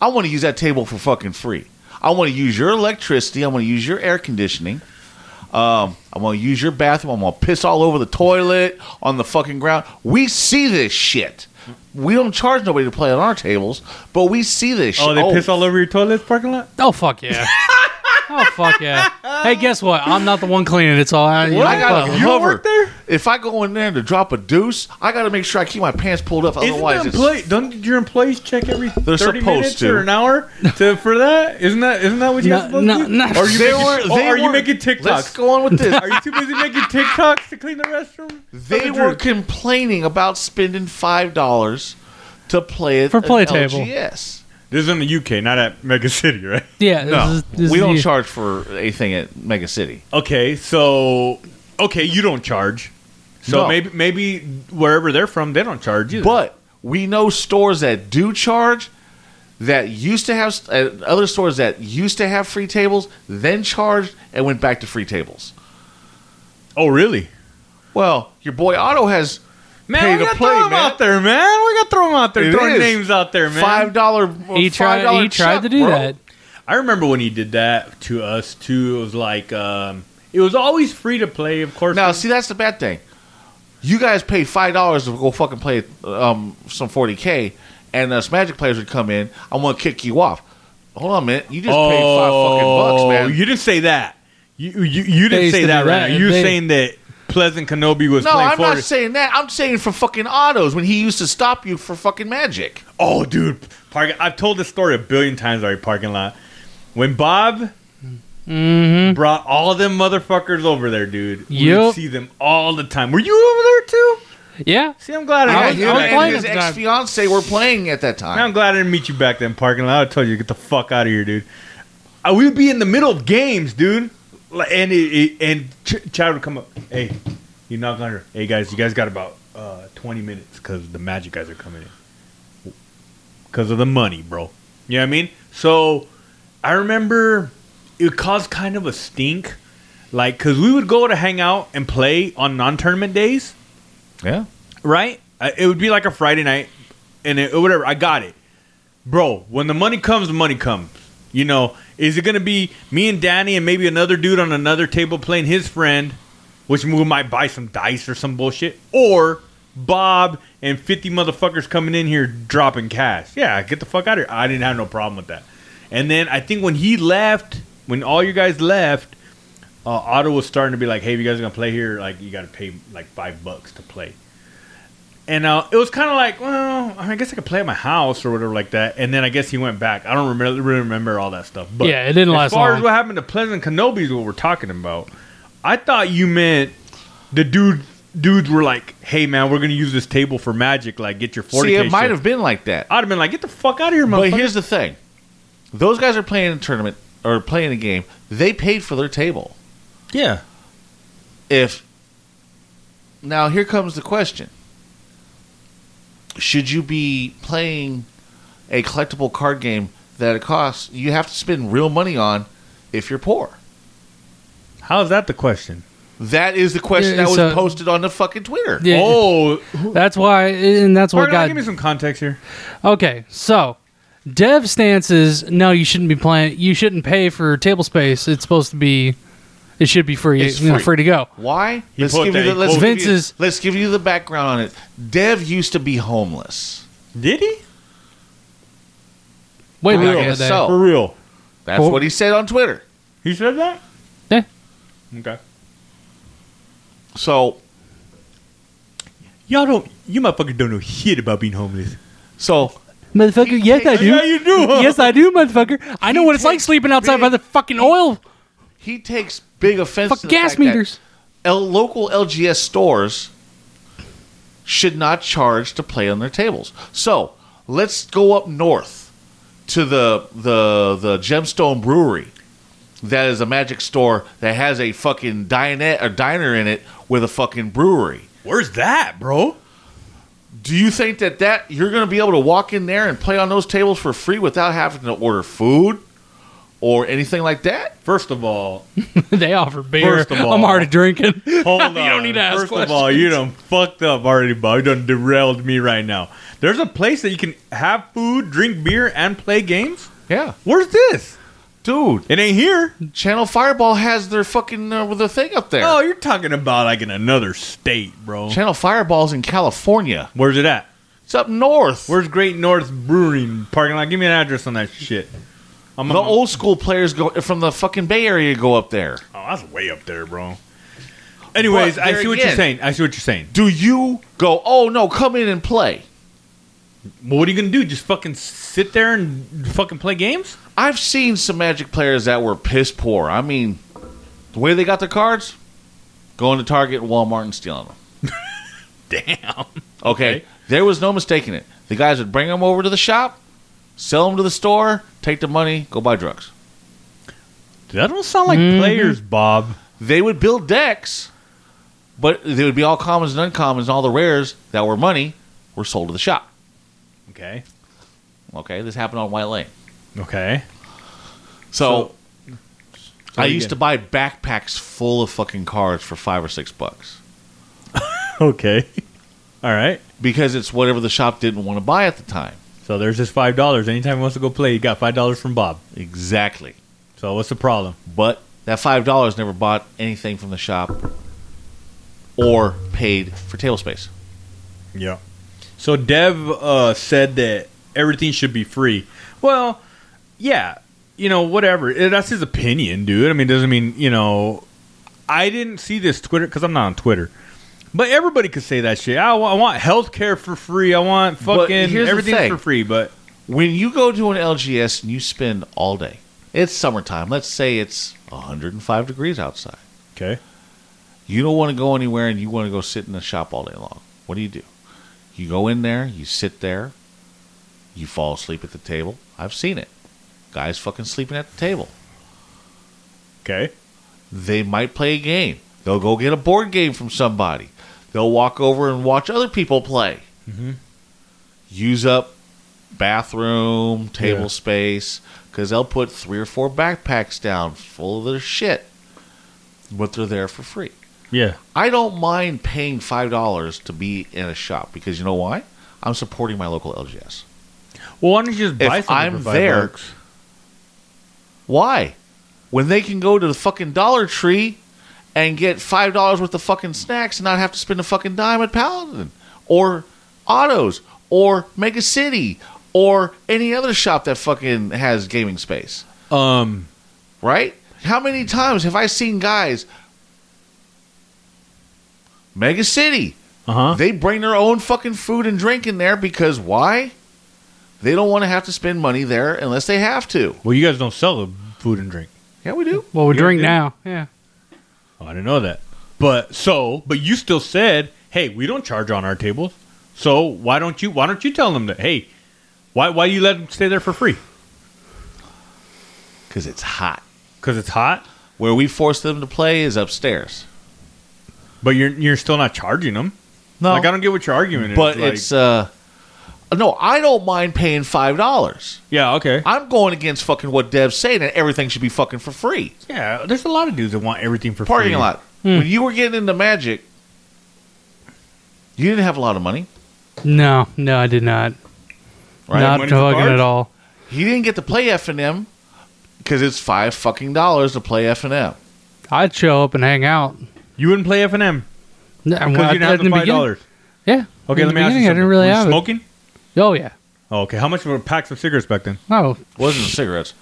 Speaker 1: I want to use that table for fucking free. I want to use your electricity. I want to use your air conditioning. Um, I want to use your bathroom. I'm going to piss all over the toilet, on the fucking ground. We see this shit. We don't charge nobody to play on our tables, but we see this shit. Oh,
Speaker 4: Oh, they piss all over your toilet parking lot.
Speaker 7: Oh fuck yeah! Oh fuck yeah! Hey, guess what? I'm not the one cleaning. It's all I, you
Speaker 1: I
Speaker 7: know,
Speaker 1: gotta
Speaker 7: fuck.
Speaker 4: You don't
Speaker 1: hover.
Speaker 4: work there?
Speaker 1: If I go in there to drop a deuce, I gotta make sure I keep my pants pulled up.
Speaker 4: Isn't
Speaker 1: Otherwise,
Speaker 4: the
Speaker 1: it's
Speaker 4: employee, don't your employees check every
Speaker 1: They're
Speaker 4: thirty
Speaker 1: supposed
Speaker 4: minutes
Speaker 1: to.
Speaker 4: or an hour to for that? Isn't that isn't that what you're
Speaker 7: No,
Speaker 4: supposed
Speaker 7: no,
Speaker 4: to? do?
Speaker 7: no.
Speaker 4: Or are you
Speaker 1: They
Speaker 4: making,
Speaker 1: were-
Speaker 4: or
Speaker 1: they
Speaker 4: are you
Speaker 1: were-
Speaker 4: making
Speaker 1: Let's
Speaker 4: TikToks?
Speaker 1: go on with this.
Speaker 4: Are you too busy making TikToks to clean the restroom?
Speaker 1: they
Speaker 4: Fuck,
Speaker 1: were
Speaker 4: Drew.
Speaker 1: complaining about spending five dollars to play at
Speaker 7: For play
Speaker 1: an
Speaker 7: table.
Speaker 1: LGS.
Speaker 4: This is in the UK, not at Mega City, right?
Speaker 7: Yeah,
Speaker 1: No,
Speaker 7: this is- this
Speaker 1: we
Speaker 7: is
Speaker 1: don't
Speaker 7: you.
Speaker 1: charge for anything at Mega City.
Speaker 4: Okay, so okay, you don't charge. So
Speaker 1: No.
Speaker 4: maybe maybe wherever they're from, they don't charge either.
Speaker 1: But we know stores that do charge that used to have uh, other stores that used to have free tables then charged and went back to free tables.
Speaker 4: oh, really?
Speaker 1: Well, your boy Otto has
Speaker 4: Man,
Speaker 1: Pay
Speaker 4: we
Speaker 1: to
Speaker 4: gotta
Speaker 1: play,
Speaker 4: throw them
Speaker 1: man.
Speaker 4: out there, man. We gotta throw them out there.
Speaker 1: It
Speaker 4: throwing
Speaker 1: is.
Speaker 4: names out there, man.
Speaker 1: five dollar.
Speaker 7: He tried. He tried to do that.
Speaker 4: I remember when he did that to us too. It was like um, it was always free to play, of course.
Speaker 1: Now, see, that's the bad thing. You guys pay five dollars to go fucking play um, some forty k, and us Magic players would come in. I'm gonna kick you off. Hold on a minute. You just paid five
Speaker 7: Oh,
Speaker 1: fucking bucks, man.
Speaker 4: Oh, You didn't say that. You you, you
Speaker 7: They
Speaker 4: didn't
Speaker 7: used
Speaker 4: say
Speaker 7: to
Speaker 4: that
Speaker 7: do
Speaker 4: right
Speaker 7: that.
Speaker 4: now. You're
Speaker 7: They-
Speaker 4: saying that Pleasant Kenobi was
Speaker 1: No,
Speaker 4: playing
Speaker 1: I'm
Speaker 4: Fortnite.
Speaker 1: not saying that. I'm saying for fucking autos when he used to stop you for fucking Magic.
Speaker 4: Oh, dude, park. I've told this story a billion times already. Parking lot. When Bob
Speaker 7: Mm-hmm.
Speaker 4: brought all them motherfuckers over there, dude. We
Speaker 7: Yep.
Speaker 4: see them all the time. Were you over there too?
Speaker 7: Yeah,
Speaker 4: See, I'm glad. I,
Speaker 1: Yeah,
Speaker 4: was,
Speaker 1: him
Speaker 7: I was
Speaker 1: and
Speaker 7: playing
Speaker 1: his
Speaker 7: at the time.
Speaker 1: ex fiance were playing at that
Speaker 4: Man,
Speaker 1: time.
Speaker 4: I'm glad I didn't meet you back then, parking lot. I told you, get the fuck out of here, dude. I, we'd be in the middle of games, dude. Like, And it, it- and Ch- Chad would come up. Hey, you knock on her. Hey guys, you guys got about uh, 20 minutes because the Magic guys are coming in because of the money, bro. You know what I mean? So I remember it caused kind of a stink, like because we would go to hang out and play on non-tournament days
Speaker 1: Yeah.
Speaker 4: right? Uh, It would be like a Friday night, and it, whatever. I got it, bro. When the money comes, the money comes. You know, is it gonna be me and Danny and maybe another dude on another table playing his friend, which we might buy some dice or some bullshit, or Bob and fifty motherfuckers coming in here dropping cash? Yeah, get the fuck out of here. I didn't have no problem with that. And then I think when he left, when all you guys left, uh, Otto was starting to be like, "Hey, if you guys are gonna play here, like you gotta pay like five bucks to play." And uh, it was kind of like, well, I guess I could play at my house or whatever like that. And then I guess he went back. I don't remember, really remember all that stuff. But
Speaker 7: Yeah, it didn't
Speaker 4: as
Speaker 7: last
Speaker 4: far
Speaker 7: long.
Speaker 4: as what happened to Pleasant Kenobi is what we're talking about. I thought you meant the dude. Dudes were like, "Hey man, we're gonna use this table for magic. Like, get your forty.
Speaker 1: See, it might have been like that.
Speaker 4: I'd have been like, "Get the fuck out of here,
Speaker 1: But
Speaker 4: motherfucker!"
Speaker 1: here's the thing: those guys are playing a tournament or playing a game. They paid for their table.
Speaker 4: yeah,
Speaker 1: If now here comes the question: Should you be playing a collectible card game that it costs you have to spend real money on if you're poor?
Speaker 4: how's that the question?
Speaker 1: That is the question
Speaker 7: Yeah,
Speaker 1: that was
Speaker 7: so-
Speaker 1: posted on the fucking Twitter.
Speaker 7: Yeah.
Speaker 4: Oh,
Speaker 7: that's why, and that's what
Speaker 4: Parker,
Speaker 7: got
Speaker 4: give me some context here.
Speaker 7: Okay, so dev stance is no, you shouldn't be playing. You shouldn't pay for table space. It's supposed to be, it should be free.
Speaker 1: It's
Speaker 7: you know,
Speaker 1: free.
Speaker 7: free to go.
Speaker 1: Why?
Speaker 4: He
Speaker 1: let's
Speaker 4: put
Speaker 1: give
Speaker 4: that-
Speaker 1: you the
Speaker 4: he
Speaker 1: let's
Speaker 4: put-
Speaker 1: give you-
Speaker 7: Vince's-
Speaker 1: let's give you the background on it. Dev used to be homeless.
Speaker 4: Did he?
Speaker 7: Way
Speaker 1: I
Speaker 7: back in the
Speaker 1: guess
Speaker 7: day.
Speaker 1: so.
Speaker 4: For real?
Speaker 1: That's
Speaker 7: Well-
Speaker 1: what he said on Twitter.
Speaker 4: He said that?
Speaker 7: Yeah.
Speaker 4: Okay.
Speaker 1: So
Speaker 4: Y'all don't. You motherfuckers don't know shit about being homeless.
Speaker 1: so
Speaker 7: Motherfucker, yes I do.
Speaker 4: Yeah, you do. huh?
Speaker 7: (laughs) Yes I do, motherfucker. I know what it's like
Speaker 1: takes
Speaker 7: sleeping outside by the fucking oil
Speaker 1: he takes big offense to
Speaker 7: fucking
Speaker 1: the
Speaker 7: gas
Speaker 1: fact that
Speaker 7: meters. (laughs)
Speaker 1: L- local LGS stores should not charge to play on their tables. So let's go up north to the the the Gemstone Brewery. That is a magic store that has a fucking dinette a diner in it with a fucking brewery.
Speaker 4: Where's that, bro?
Speaker 1: Do you think that that you're going to be able to walk in there and play on those tables for free without having to order food or anything like that?
Speaker 4: First of all,
Speaker 7: they offer beer.
Speaker 4: First of all-
Speaker 7: (laughs) I'm already drinking.
Speaker 4: hold on.
Speaker 7: (laughs) You don't need to ask
Speaker 4: First of all, you done fucked up already, Bob. You done derailed me right now. There's a place that you can have food, drink beer, and play games.
Speaker 1: Yeah,
Speaker 4: Where's this?
Speaker 1: dude.
Speaker 4: It ain't here.
Speaker 1: Channel Fireball has their fucking uh, the thing up there.
Speaker 4: Oh, you're talking about like in another state, bro.
Speaker 1: Channel Fireball's in California.
Speaker 4: Where's it at?
Speaker 1: It's up north.
Speaker 4: Where's Great North Brewing parking lot? Give me an address on that shit. I'm
Speaker 1: The old school players go from the fucking Bay Area go up there.
Speaker 4: Oh, that's way up there, bro. Anyways,
Speaker 1: But
Speaker 4: I
Speaker 1: there
Speaker 4: see what you're
Speaker 1: again-
Speaker 4: saying. I see what you're saying.
Speaker 1: Do you go? Oh no, come in and play.
Speaker 4: Well, what are you gonna do? Just fucking sit there and fucking play games?
Speaker 1: I've seen some Magic players that were piss poor. I mean, the way they got their cards, going to Target, Walmart, and stealing them.
Speaker 4: (laughs) Damn.
Speaker 1: Okay.
Speaker 4: Okay.
Speaker 1: There was no mistaking it. The guys would bring them over to the shop, sell them to the store, take the money, go buy drugs.
Speaker 4: That don't sound like
Speaker 1: Mm-hmm.
Speaker 4: players, Bob.
Speaker 1: They would build decks, but they would be all commons and uncommons, and all the rares that were money were sold to the shop.
Speaker 4: Okay.
Speaker 1: Okay, this happened on White Lane.
Speaker 4: Okay. (laughs)
Speaker 1: So, I
Speaker 4: you
Speaker 1: used to buy backpacks full of fucking cards for five or six bucks
Speaker 4: Okay. All right.
Speaker 1: because it's whatever the shop didn't want to buy at the time.
Speaker 4: So there's his five dollars. Anytime he wants to go play, he got five dollars from Bob.
Speaker 1: Exactly.
Speaker 4: So what's the problem?
Speaker 1: But that five dollars never bought anything from the shop or paid for table space.
Speaker 4: Yeah. So Dev uh, said that everything should be free. Well, yeah, you know, whatever. Eh, That's his opinion, dude. I mean, doesn't mean you know. I didn't see this Twitter because I'm not on Twitter, but everybody could say that shit. I wa- I want health care for free. I want
Speaker 1: But
Speaker 4: fucking
Speaker 1: here's the
Speaker 4: everything
Speaker 1: thing.
Speaker 4: for free. But
Speaker 1: When you go to an LGS and you spend all day, it's summertime. Let's say it's 105 degrees outside.
Speaker 4: okay,
Speaker 1: You don't want to go anywhere and you want to go sit in the shop all day long. What do you do? You go in there, you sit there, you fall asleep at the table. I've seen it. Guys fucking sleeping at the table.
Speaker 4: okay,
Speaker 1: They might play a game. They'll go get a board game from somebody. They'll walk over and watch other people play. Use up bathroom, table
Speaker 4: Yeah.
Speaker 1: space, because they'll put three or four backpacks down full of their shit, but they're there for free.
Speaker 4: yeah,
Speaker 1: I don't mind paying five dollars to be in a shop because you know why? I'm supporting my local LGS.
Speaker 4: Well, why don't you just
Speaker 1: If
Speaker 4: buy something
Speaker 1: I'm
Speaker 4: for five
Speaker 1: there-
Speaker 4: bucks?
Speaker 1: Why? When they can go to the fucking Dollar Tree and get five dollars worth of fucking snacks and not have to spend a fucking dime at Paladin or Autos or Mega City or any other shop that fucking has gaming space,
Speaker 4: Um,
Speaker 1: right? How many times have I seen guys? Mega City,
Speaker 4: uh huh.
Speaker 1: They bring their own fucking food and drink in there because why? They don't want to have to spend money there unless they have to.
Speaker 4: Well, you guys don't sell the food and drink.
Speaker 1: Yeah, we do.
Speaker 7: Well, we
Speaker 4: Yeah,
Speaker 7: drink
Speaker 4: dude.
Speaker 7: now. Yeah.
Speaker 4: Oh, I didn't know that. But so, but you still said, "Hey, we don't charge on our tables." So why don't you? Why don't you tell them that? Hey, why why you let them stay there for free?
Speaker 1: Because it's hot.
Speaker 4: Because it's hot,
Speaker 1: Where we force them to play is upstairs.
Speaker 4: but you're you're still not charging them.
Speaker 1: No,
Speaker 4: Like I don't get what your argument is.
Speaker 1: but
Speaker 4: Like,
Speaker 1: it's uh, no. I don't mind paying five dollars.
Speaker 4: yeah okay.
Speaker 1: I'm going against fucking what Dev's saying that everything should be fucking for free.
Speaker 4: Yeah, there's a lot of dudes that want everything for
Speaker 1: Parking
Speaker 4: free.
Speaker 1: lot. When you were getting into Magic, you didn't have a lot of money,
Speaker 7: No, no, I did not.
Speaker 1: right?
Speaker 7: not
Speaker 4: money for
Speaker 7: fucking
Speaker 4: cards?
Speaker 7: at all.
Speaker 1: He didn't get to play F and M because it's five fucking dollars to play F and M.
Speaker 7: I'd show up and hang out.
Speaker 4: You wouldn't play F and M
Speaker 7: No, well,
Speaker 4: because
Speaker 7: I-
Speaker 4: you didn't have
Speaker 7: in
Speaker 4: the five
Speaker 7: beginning-
Speaker 4: dollars.
Speaker 7: Yeah.
Speaker 4: Okay, let
Speaker 7: in
Speaker 4: me
Speaker 7: the
Speaker 4: ask you
Speaker 7: beginning,
Speaker 4: something.
Speaker 7: I didn't really
Speaker 4: Were you
Speaker 7: have it.
Speaker 4: smoking.
Speaker 7: Oh yeah.
Speaker 4: Oh, okay, how much were packs of cigarettes back then?
Speaker 7: (laughs) Oh,
Speaker 1: Wasn't cigarettes.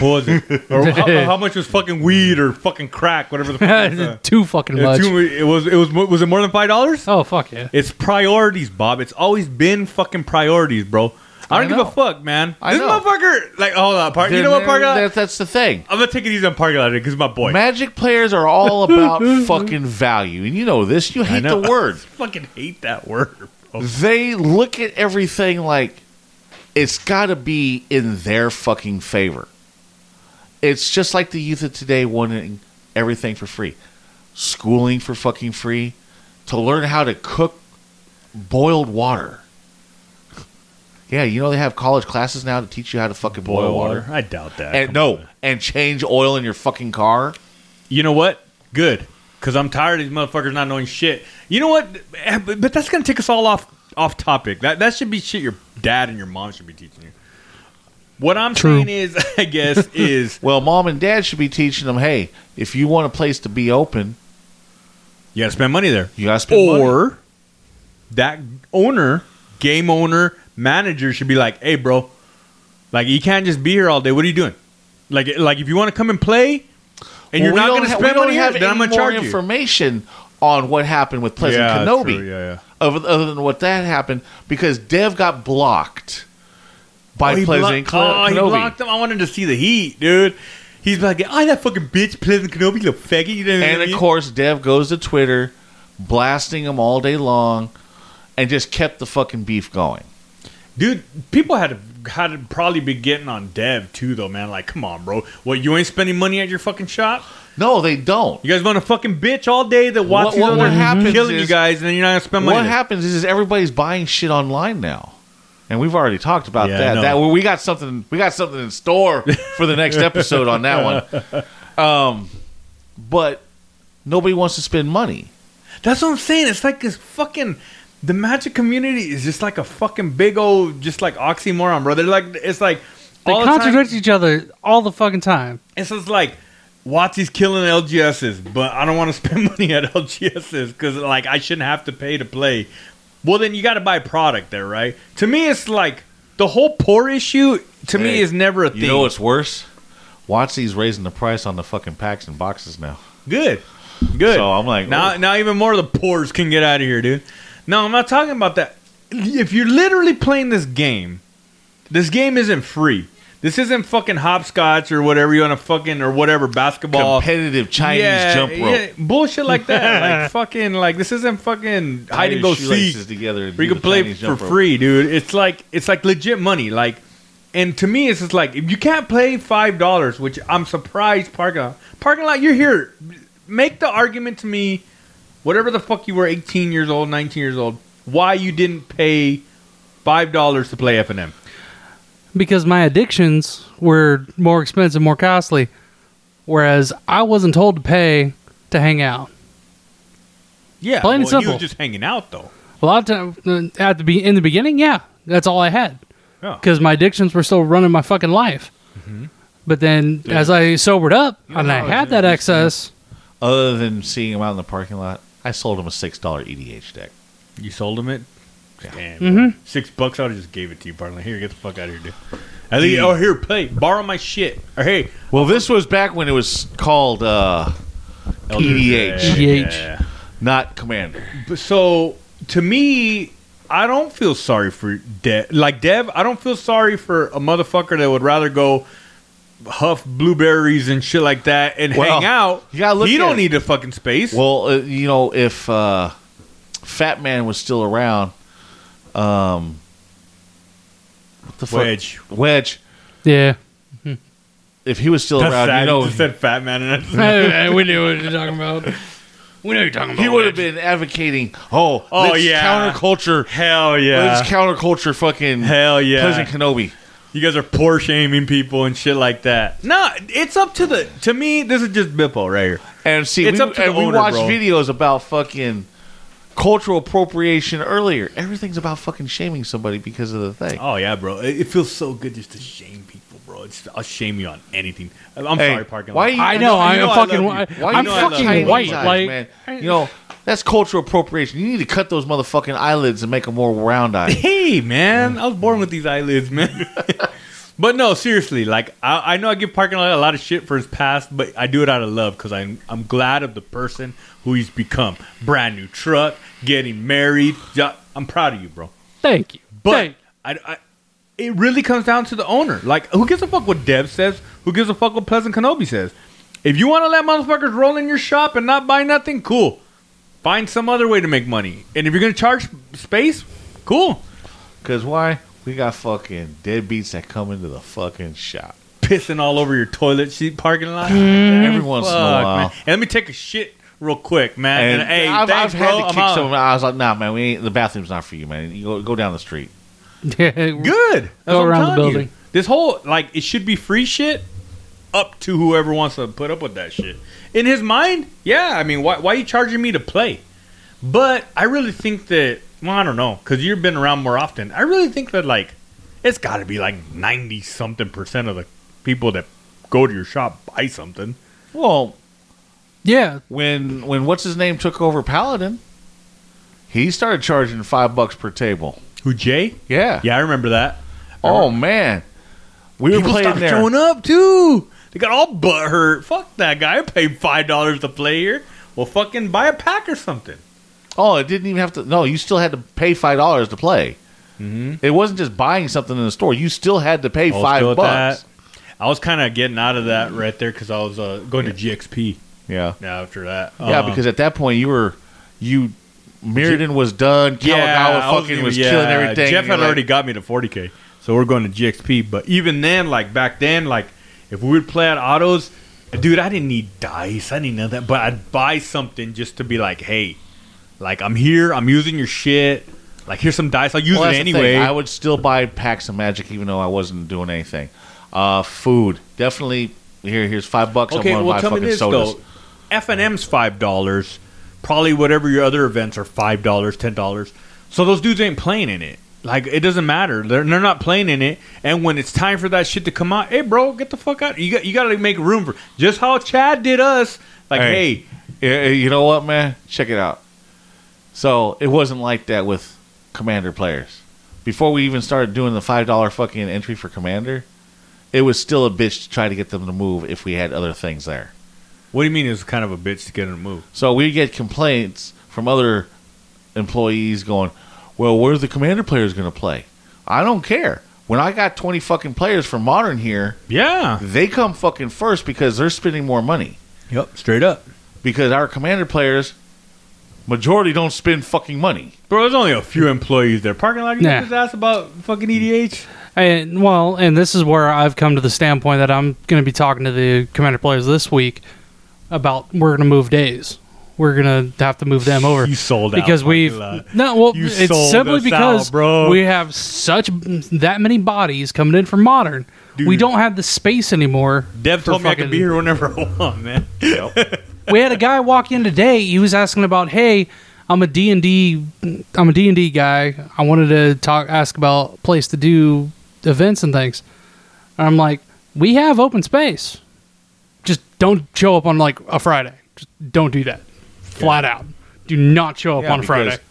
Speaker 4: What was
Speaker 7: (laughs)
Speaker 4: it? or how, how much was fucking weed or fucking crack, whatever the
Speaker 7: (laughs)
Speaker 4: fuck? it was, uh,
Speaker 7: too fucking
Speaker 4: It was
Speaker 7: much.
Speaker 4: too- it was it was was it more than five dollars?
Speaker 7: Oh fuck yeah.
Speaker 4: It's priorities, Bob. It's always been fucking priorities, bro. I
Speaker 1: I
Speaker 4: don't give
Speaker 1: know.
Speaker 4: a fuck, man.
Speaker 1: I
Speaker 4: this
Speaker 1: know.
Speaker 4: motherfucker, like, hold on, park. You know what,
Speaker 1: Then
Speaker 4: parking lot?
Speaker 1: that- that's the thing.
Speaker 4: I'm gonna take it easy on parking lot because my boy.
Speaker 1: Magic players are all (laughs) about fucking value, and you know this. You hate the
Speaker 4: know.
Speaker 1: word.
Speaker 4: fucking hate that word. Bro.
Speaker 1: They look at everything like it's got to be in their fucking favor. It's just like the youth of today wanting everything for free, schooling for fucking free, to learn how to cook boiled water. Yeah, you know they have college classes now to teach you how to fucking boil, water.
Speaker 4: I doubt that.
Speaker 1: And
Speaker 4: Come
Speaker 1: no,
Speaker 4: on.
Speaker 1: and change oil in your fucking car.
Speaker 4: you know what? Good, because I'm tired of these motherfuckers not knowing shit. You know what? Eh, But, but that's gonna take us all off off topic. That that should be shit your dad and your mom should be teaching you. What I'm
Speaker 7: True.
Speaker 4: saying is, (laughs) I guess, is
Speaker 1: Well, mom and dad should be teaching them, hey, if you want a place to be open,
Speaker 4: you gotta spend money there.
Speaker 1: you gotta spend money.
Speaker 4: or that owner, game owner, manager should be like, "Hey, bro, like you can't just be here all day. What are you doing? Like, like if you want to come and play, and you're
Speaker 1: Well, we
Speaker 4: not going
Speaker 1: don't
Speaker 4: to
Speaker 1: ha- we
Speaker 4: spend
Speaker 1: don't
Speaker 4: money,
Speaker 1: have
Speaker 4: here, then I'm
Speaker 1: any
Speaker 4: going to
Speaker 1: more
Speaker 4: charge you.
Speaker 1: information on what happened with Pleasant
Speaker 4: Yeah,
Speaker 1: Kenobi.
Speaker 4: true, yeah, yeah.
Speaker 1: Other, other than what that happened, because Dev got blocked by
Speaker 4: Oh, he
Speaker 1: Pleasant
Speaker 4: blocked- oh, he
Speaker 1: Kenobi.
Speaker 4: blocked him. I wanted to see the heat, dude. He's like, oh, that fucking bitch, Pleasant Kenobi, you little faggot. You didn't
Speaker 1: And of course, Dev goes to Twitter, blasting him all day long, and just kept the fucking beef going.
Speaker 4: dude, people had to had to probably be getting on Dev too, though, man. Like, come on, bro. What you ain't spending money at your fucking shop?
Speaker 1: No, they don't.
Speaker 4: You guys want a fucking bitch all day that watches
Speaker 1: what-
Speaker 4: other
Speaker 1: what happens
Speaker 4: killing
Speaker 1: is-
Speaker 4: you guys, and then you're not gonna spend money.
Speaker 1: What
Speaker 4: there.
Speaker 1: happens is, is everybody's buying shit online now, and we've already talked about
Speaker 4: Yeah, I
Speaker 1: that.
Speaker 4: know.
Speaker 1: That we got something, we got something in store for
Speaker 4: (laughs)
Speaker 1: the next episode on that one. Um, but nobody wants to spend money.
Speaker 4: That's what I'm saying. It's like this fucking the magic community is just like a fucking big old just like oxymoron, bro. They're like it's like
Speaker 7: They
Speaker 4: all the time-
Speaker 7: contradict each other all the fucking time.
Speaker 4: It's just like Watsy's killing LGSs, but I don't want to (laughs) spend money at LGSs because like I shouldn't have to pay to play. Well, then you got to buy product there, right? To me, it's like the whole poor issue. To me,
Speaker 1: Hey,
Speaker 4: is never a thing.
Speaker 1: You know what's worse? Watsy's raising the price on the fucking packs and boxes now.
Speaker 4: Good, good.
Speaker 1: So I'm like,
Speaker 4: now,
Speaker 1: oh.
Speaker 4: now even more of the pores can get out of here, dude. No, I'm not talking about that. If you're literally playing this game, this game isn't free. This isn't fucking hopscotch or whatever you want to fucking or whatever basketball.
Speaker 1: oh, Competitive Chinese jump rope.
Speaker 4: yeah, bullshit like that.
Speaker 1: (laughs)
Speaker 4: like fucking, like this isn't fucking
Speaker 1: Tie
Speaker 4: hide and
Speaker 1: your
Speaker 4: go
Speaker 1: shoelaces
Speaker 4: seek.
Speaker 1: together. and
Speaker 4: We
Speaker 1: do
Speaker 4: can
Speaker 1: the
Speaker 4: play
Speaker 1: Chinese
Speaker 4: for
Speaker 1: jump rope.
Speaker 4: free, dude. It's like it's like legit money. Like, and to me, it's just like if you can't play five dollars, which I'm surprised parking lot. Parking lot, you're here. Make the argument to me, whatever the fuck you were, 18 years old, 19 years old, why you didn't pay five dollars to play F and M.
Speaker 7: because my addictions were more expensive, more costly, whereas I wasn't told to pay to hang out.
Speaker 4: Yeah,
Speaker 7: Plain and
Speaker 4: well, You
Speaker 7: simple.
Speaker 4: were just hanging out though.
Speaker 7: A lot of time at the be in the beginning, yeah, that's all I had
Speaker 4: Yeah.
Speaker 7: because my addictions were still running my fucking life.
Speaker 4: Mm-hmm.
Speaker 7: But then, as I sobered up and I
Speaker 1: know,
Speaker 7: had
Speaker 1: dude,
Speaker 7: that
Speaker 1: it's-
Speaker 7: excess,
Speaker 1: Other than seeing him out in the parking lot, I sold him a six dollar EDH deck.
Speaker 4: You sold him it. Damn,
Speaker 7: Mhm.
Speaker 4: bro. six bucks. I would just gave it to you, partner. Here, get the fuck out of here, dude. I think, oh, here, play, borrow my shit. Or hey,
Speaker 1: Well, this was back when it was called uh, EDH,
Speaker 7: EDH.
Speaker 4: Yeah.
Speaker 1: not Commander.
Speaker 4: But so to me, I don't feel sorry for Dev. Like Dev, I don't feel sorry for a motherfucker that would rather go huff blueberries and shit like that and
Speaker 1: Well,
Speaker 4: hang out.
Speaker 1: you gotta look
Speaker 4: he
Speaker 1: at
Speaker 4: don't
Speaker 1: it.
Speaker 4: need the fucking space.
Speaker 1: Well, uh, you know, if uh, Fat Man was still around, um, what the fuck?
Speaker 4: Wedge.
Speaker 1: Wedge.
Speaker 4: (laughs)
Speaker 7: yeah,
Speaker 1: If he was still
Speaker 4: That's
Speaker 1: around,
Speaker 4: sad.
Speaker 1: you
Speaker 4: You
Speaker 1: know,
Speaker 4: just said fat man, and that's- (laughs)
Speaker 7: (laughs) we knew what you're talking about. We know you're talking about.
Speaker 1: he would have been advocating. Oh,
Speaker 4: Oh,
Speaker 1: let's
Speaker 4: yeah.
Speaker 1: counterculture.
Speaker 4: hell yeah,
Speaker 1: Let's counterculture. Fucking
Speaker 4: hell yeah.
Speaker 1: Pleasant Kenobi.
Speaker 4: You guys are poor shaming people and shit like that. No, it's up to the. To me, this is just Bippo right here.
Speaker 1: And see,
Speaker 4: It's
Speaker 1: we,
Speaker 4: up to
Speaker 1: and
Speaker 4: the
Speaker 1: we
Speaker 4: owner,
Speaker 1: watched
Speaker 4: bro.
Speaker 1: videos about fucking cultural appropriation earlier. Everything's about fucking shaming somebody because of the thing.
Speaker 4: Oh yeah, bro. It, it feels so good just to shame people, bro. It's, I'll shame you on anything. I'm
Speaker 1: Hey,
Speaker 4: sorry, parking
Speaker 1: why
Speaker 4: lot.
Speaker 1: you-
Speaker 7: I know.
Speaker 4: You
Speaker 7: I'm
Speaker 4: know I
Speaker 7: fucking.
Speaker 4: love
Speaker 7: whi-
Speaker 4: you. Why
Speaker 1: you
Speaker 7: I'm
Speaker 1: know I love
Speaker 7: fucking
Speaker 1: Chinese
Speaker 7: white.
Speaker 1: eyes,
Speaker 7: like
Speaker 1: man. you know, that's cultural appropriation. You need to cut those motherfucking eyelids and make them more round
Speaker 4: (laughs)
Speaker 1: eyed.
Speaker 4: Hey, man, I was born with these eyelids, man. but no, seriously, like I, I know I give parking lot a lot of shit for his past, but I do it out of love because I'm I'm glad of the person who he's become. Brand new truck, getting married. Yeah, I'm proud of you, bro.
Speaker 7: thank you.
Speaker 4: But
Speaker 7: Thank-
Speaker 4: I, I- it really comes down to the owner. Like, who gives a fuck what Dev says? Who gives a fuck what Pleasant Kenobi says? If you want to let motherfuckers roll in your shop and not buy nothing, cool. Find some other way to make money. And if you're gonna charge space, cool.
Speaker 1: Because why? We got fucking deadbeats that come into the fucking shop.
Speaker 4: Pissing all over your toilet seat parking lot.
Speaker 1: Every once in a
Speaker 4: Mm, Fuck,
Speaker 1: while.
Speaker 4: man. And let me take a shit real quick, man.
Speaker 1: And
Speaker 4: And, hey,
Speaker 1: I've,
Speaker 4: thanks,
Speaker 1: I've
Speaker 4: bro.
Speaker 1: had to
Speaker 4: I'm
Speaker 1: kick
Speaker 4: out.
Speaker 1: someone. I was like, nah, man, we ain't, the bathroom's not for you, man. You go, go down the street.
Speaker 7: (laughs) Yeah,
Speaker 4: Good. That's
Speaker 7: Go
Speaker 4: what I'm
Speaker 7: around the
Speaker 4: telling you.
Speaker 7: building.
Speaker 4: This whole like it should be free shit up to whoever wants to put up with that shit. In his mind, yeah, I mean, why why you charging me to play? But I really think that well, I don't know, because you've been around more often. I really think that like it's got to be like ninety something percent of the people that go to your shop buy something.
Speaker 1: Well,
Speaker 7: yeah.
Speaker 1: when when what's his name took over Paladin, he started charging five bucks per table.
Speaker 4: Who Jay?
Speaker 1: Yeah.
Speaker 4: Yeah, I remember that.
Speaker 1: Oh man, we were
Speaker 4: People
Speaker 1: playing
Speaker 4: stopped
Speaker 1: there.
Speaker 4: showing up too. They got all butt hurt. Fuck that guy. I paid five dollars to play here. Well, fucking buy a pack or something.
Speaker 1: Oh, it didn't even have to. No, you still had to pay five dollars to play. Mm-hmm. It wasn't just buying something in the store. You still had to pay
Speaker 4: I was
Speaker 1: five
Speaker 4: still at
Speaker 1: bucks.
Speaker 4: that. I was kind of getting out of that right there because I was uh, going to GXP
Speaker 1: Yeah,
Speaker 4: now after that.
Speaker 1: yeah.
Speaker 4: Um,
Speaker 1: Because at that point, you were you. Mirrodin was done. Kawagawa
Speaker 4: I
Speaker 1: fucking
Speaker 4: even-
Speaker 1: was killing everything.
Speaker 4: Jeff
Speaker 1: You're
Speaker 4: had
Speaker 1: like,
Speaker 4: already got me to 40k, so we're going to GXP. But even then, like back then, like if we would play at autos, dude, I didn't need dice. I didn't know that, but I'd buy something just to be like, hey, like I'm here. I'm using your shit. Like here's some dice. I'll use
Speaker 1: Well,
Speaker 4: it
Speaker 1: that's the thing.
Speaker 4: anyway.
Speaker 1: I would still buy packs of magic even though I wasn't doing anything. Uh, food definitely. Here, here's five bucks.
Speaker 4: okay,
Speaker 1: I want to
Speaker 4: well,
Speaker 1: buy
Speaker 4: tell me
Speaker 1: fucking
Speaker 4: this
Speaker 1: sodas.
Speaker 4: though. F and M's five dollars. Probably whatever your other events are five dollars, ten dollars. So those dudes ain't playing in it. Like it doesn't matter. They're, they're not playing in it. And when it's time for that shit to come out, hey bro, get the fuck out. You got you got to make room for just how Chad did us. Like
Speaker 1: Hey.
Speaker 4: hey,
Speaker 1: Yeah, You know what, man? Check it out. So it wasn't like that with commander players. Before we even started doing the five dollar fucking entry for commander, it was still a bitch to try to get them to move if we had other things there.
Speaker 4: what do you mean is kind of a bitch to get in a move?
Speaker 1: So we get complaints from other employees going, "Well, where's the commander players going to play? I don't care. When I got twenty fucking players from modern here,
Speaker 4: Yeah.
Speaker 1: they come fucking first because they're spending more money."
Speaker 4: Yep. Straight up,
Speaker 1: because our commander players majority don't spend fucking money.
Speaker 4: bro. There's only a few employees there. Parking lot. You
Speaker 7: Nah.
Speaker 4: nah. just asked about fucking E EDH.
Speaker 7: And well, and this is where I've come to the standpoint that I'm going to be talking to the commander players this week about we're going to move days. We're going to have to move them over
Speaker 4: You sold out
Speaker 7: because
Speaker 4: Parking
Speaker 7: we've
Speaker 4: Lot.
Speaker 7: no. Well,
Speaker 4: You
Speaker 7: it's
Speaker 4: sold
Speaker 7: simply
Speaker 4: us
Speaker 7: because
Speaker 4: out, bro.
Speaker 7: we have such that many bodies coming in from modern. We
Speaker 4: Dude.
Speaker 7: don't have the space anymore.
Speaker 4: Dev
Speaker 7: for
Speaker 4: told me I
Speaker 7: fucking-
Speaker 4: could be here whenever (laughs) I want, man.
Speaker 7: we had a guy walk in today. He was asking about, hey, I'm a D and D, I'm a D and D guy. I wanted to talk, ask about place to do events and things. And I'm like, we have open space. Just don't show up on like a Friday. Just don't do that. Flat out. Do not show up
Speaker 1: Yeah,
Speaker 7: on a Friday.
Speaker 1: because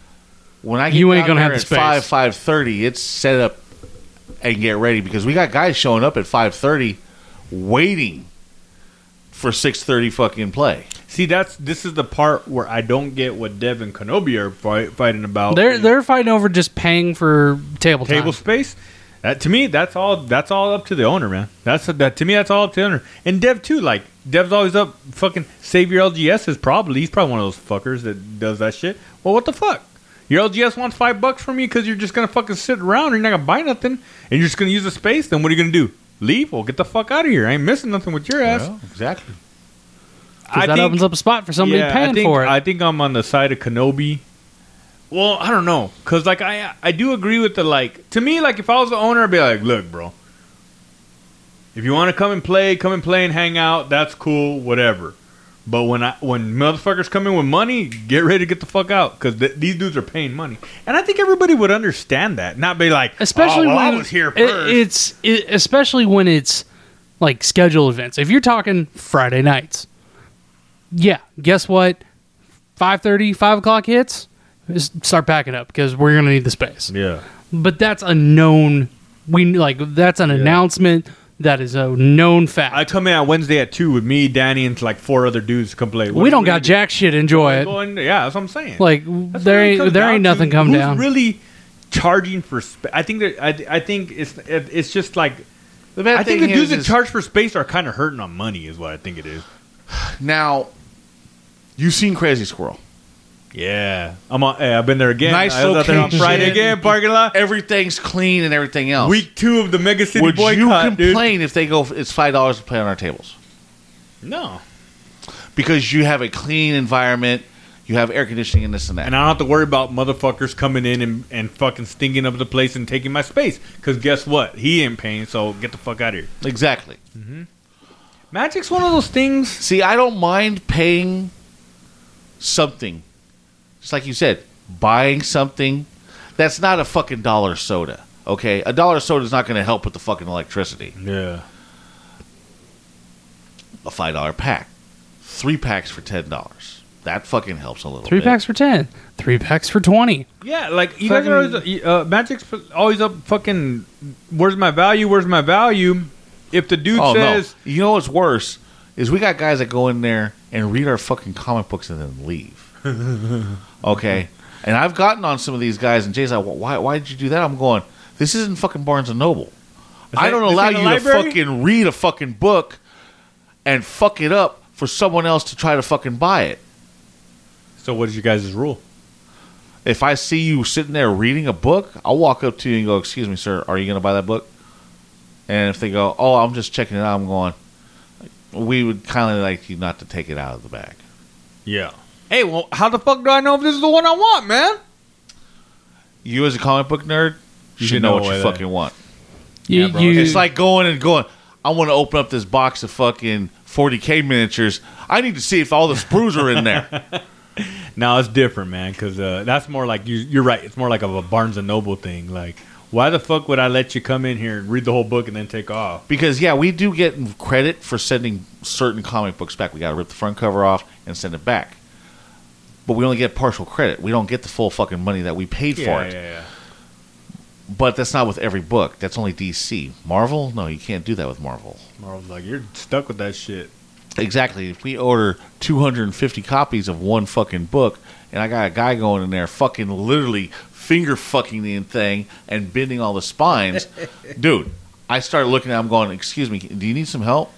Speaker 1: When I get
Speaker 7: You ain't
Speaker 1: down
Speaker 7: gonna
Speaker 1: there
Speaker 7: have the
Speaker 1: at
Speaker 7: space.
Speaker 1: five five thirty, it's set up and get ready because we got guys showing up at five thirty, waiting for six thirty fucking play.
Speaker 4: See, that's this is the part where I don't get what Dev and Kenobi are fight, fighting about.
Speaker 7: They're they're fighting over just paying for table time.
Speaker 4: table space. That, to me, that's all. That's all up to the owner, man. That's that. To me, that's all up to the owner and Dev too. Like Dev's always up. Fucking save your LGS is probably he's probably one of those fuckers that does that shit. Well, what the fuck? Your LGS wants five bucks from you because you're just gonna fucking sit around. and You're not gonna buy nothing, and you're just gonna use the space. Then what are you gonna do? Leave? Well, get the fuck out of here. I ain't missing nothing with your ass.
Speaker 1: Well, exactly.
Speaker 7: 'Cause that opens up a spot for somebody paying
Speaker 4: I think,
Speaker 7: for it.
Speaker 4: I think I'm on the side of Kenobi. Well, I don't know, cause like I I do agree with the like to me like if I was the owner I'd be like, look, bro, if you want to come and play, come and play and hang out, that's cool, whatever. But when I when motherfuckers come in with money, get ready to get the fuck out, cause th- these dudes are paying money, and I think everybody would understand that, not be like,
Speaker 7: especially
Speaker 4: oh, well,
Speaker 7: when
Speaker 4: I was here
Speaker 7: it-
Speaker 4: first.
Speaker 7: it's it, especially when it's like scheduled events. If you're talking Friday nights, yeah, guess what? 5.30, 5 o'clock hits, just start packing up because we're gonna need the space.
Speaker 4: yeah,
Speaker 7: But that's a known we like that's an announcement that is a known fact.
Speaker 4: I come in on Wednesday at two with me, Danny, and like four other dudes to come play.
Speaker 7: we don't got
Speaker 4: jack.
Speaker 7: jack shit. Enjoy it.
Speaker 4: Going, yeah, that's what I'm saying.
Speaker 7: Like
Speaker 4: That's
Speaker 7: there
Speaker 4: what it
Speaker 7: ain't
Speaker 4: comes
Speaker 7: there
Speaker 4: down
Speaker 7: ain't
Speaker 4: to.
Speaker 7: nothing come
Speaker 4: Who's
Speaker 7: down.
Speaker 4: Really charging for space. I think that I, I think it's it- it's just like
Speaker 1: The bad
Speaker 4: I think the
Speaker 1: thing
Speaker 4: dudes
Speaker 1: is,
Speaker 4: that
Speaker 1: is
Speaker 4: charge for space are kind of hurting on money, is what I think it is.
Speaker 1: now. You've seen Crazy Squirrel.
Speaker 4: Yeah, I'm on. Hey, I've been there again.
Speaker 1: Nice
Speaker 4: I was out there on
Speaker 1: location.
Speaker 4: Friday again, parking lot.
Speaker 1: Everything's clean and everything else.
Speaker 4: Week two of the Mega City
Speaker 1: Would you
Speaker 4: boycott, dude.
Speaker 1: complain if they go? It's five dollars to play on our tables.
Speaker 4: No,
Speaker 1: because you have a clean environment, you have air conditioning and this and that.
Speaker 4: and I don't have to worry about motherfuckers coming in and, and fucking stinking up the place and taking my space. Because guess what? He ain't paying, so get the fuck out of here.
Speaker 1: exactly.
Speaker 4: Magic's one of those things
Speaker 1: See, I don't mind paying something. Just like you said, buying something. That's not a fucking dollar soda. Okay, a dollar soda is not going to help with the fucking electricity.
Speaker 4: Yeah.
Speaker 1: A five dollar pack, three packs for ten dollars. That fucking helps a little.
Speaker 7: Three
Speaker 1: bit.
Speaker 7: packs for ten. Three packs for twenty.
Speaker 4: Yeah, like you guys are always uh, Magic's always up fucking. Where's my value? Where's my value? If the dude
Speaker 1: Oh
Speaker 4: says,
Speaker 1: no! You know what's worse is we got guys that go in there and read our fucking comic books and then (laughs) leave. okay, and I've gotten on some of these guys, and Jay's like, "Wh- "Why? Why did you do that?" I'm going, "This isn't fucking Barnes and Noble. I
Speaker 4: ain't-
Speaker 1: don't
Speaker 4: this
Speaker 1: allow
Speaker 4: ain't a
Speaker 1: you to
Speaker 4: library?"
Speaker 1: fucking read a fucking book and fuck it up for someone else to try to fucking buy it.
Speaker 4: so what is your guys' rule?
Speaker 1: If I see you sitting there reading a book, I'll walk up to you and go, "Excuse me, sir, are you going to buy that book?" And if they go, "Oh, I'm just checking it out," I'm going. We would kind of like you not to take it out of the bag.
Speaker 4: Yeah. Hey, well, how the fuck do I know if this is the one I want, man?
Speaker 1: You as a comic book nerd, you should
Speaker 4: should
Speaker 1: know
Speaker 4: know
Speaker 1: what
Speaker 4: what
Speaker 1: you
Speaker 4: that-
Speaker 1: fucking want.
Speaker 7: You, you-
Speaker 1: It's like going and going. I want to open up this box of fucking 40k miniatures. I need to see if all the sprues are in there.
Speaker 4: No, it's different, man, because uh, that's more like you, you're right. It's more like of a Barnes and Noble thing. Like, why the fuck would I let you come in here and read the whole book and then take off?
Speaker 1: Because yeah, we do get credit for sending certain comic books back. We got to rip the front cover off and send it back. But we only get partial credit. We don't get the full fucking money that we paid for
Speaker 4: Yeah, yeah,
Speaker 1: it.
Speaker 4: yeah.
Speaker 1: But that's not with every book. That's only DC. Marvel? No, you can't do that with Marvel.
Speaker 4: Marvel's like, you're stuck with that shit.
Speaker 1: Exactly. If we order 250 copies of one fucking book, and I got a guy going in there fucking literally finger fucking the thing and bending all
Speaker 4: (laughs)
Speaker 1: the spines, dude, I start looking at him going, Excuse me, do you need some help?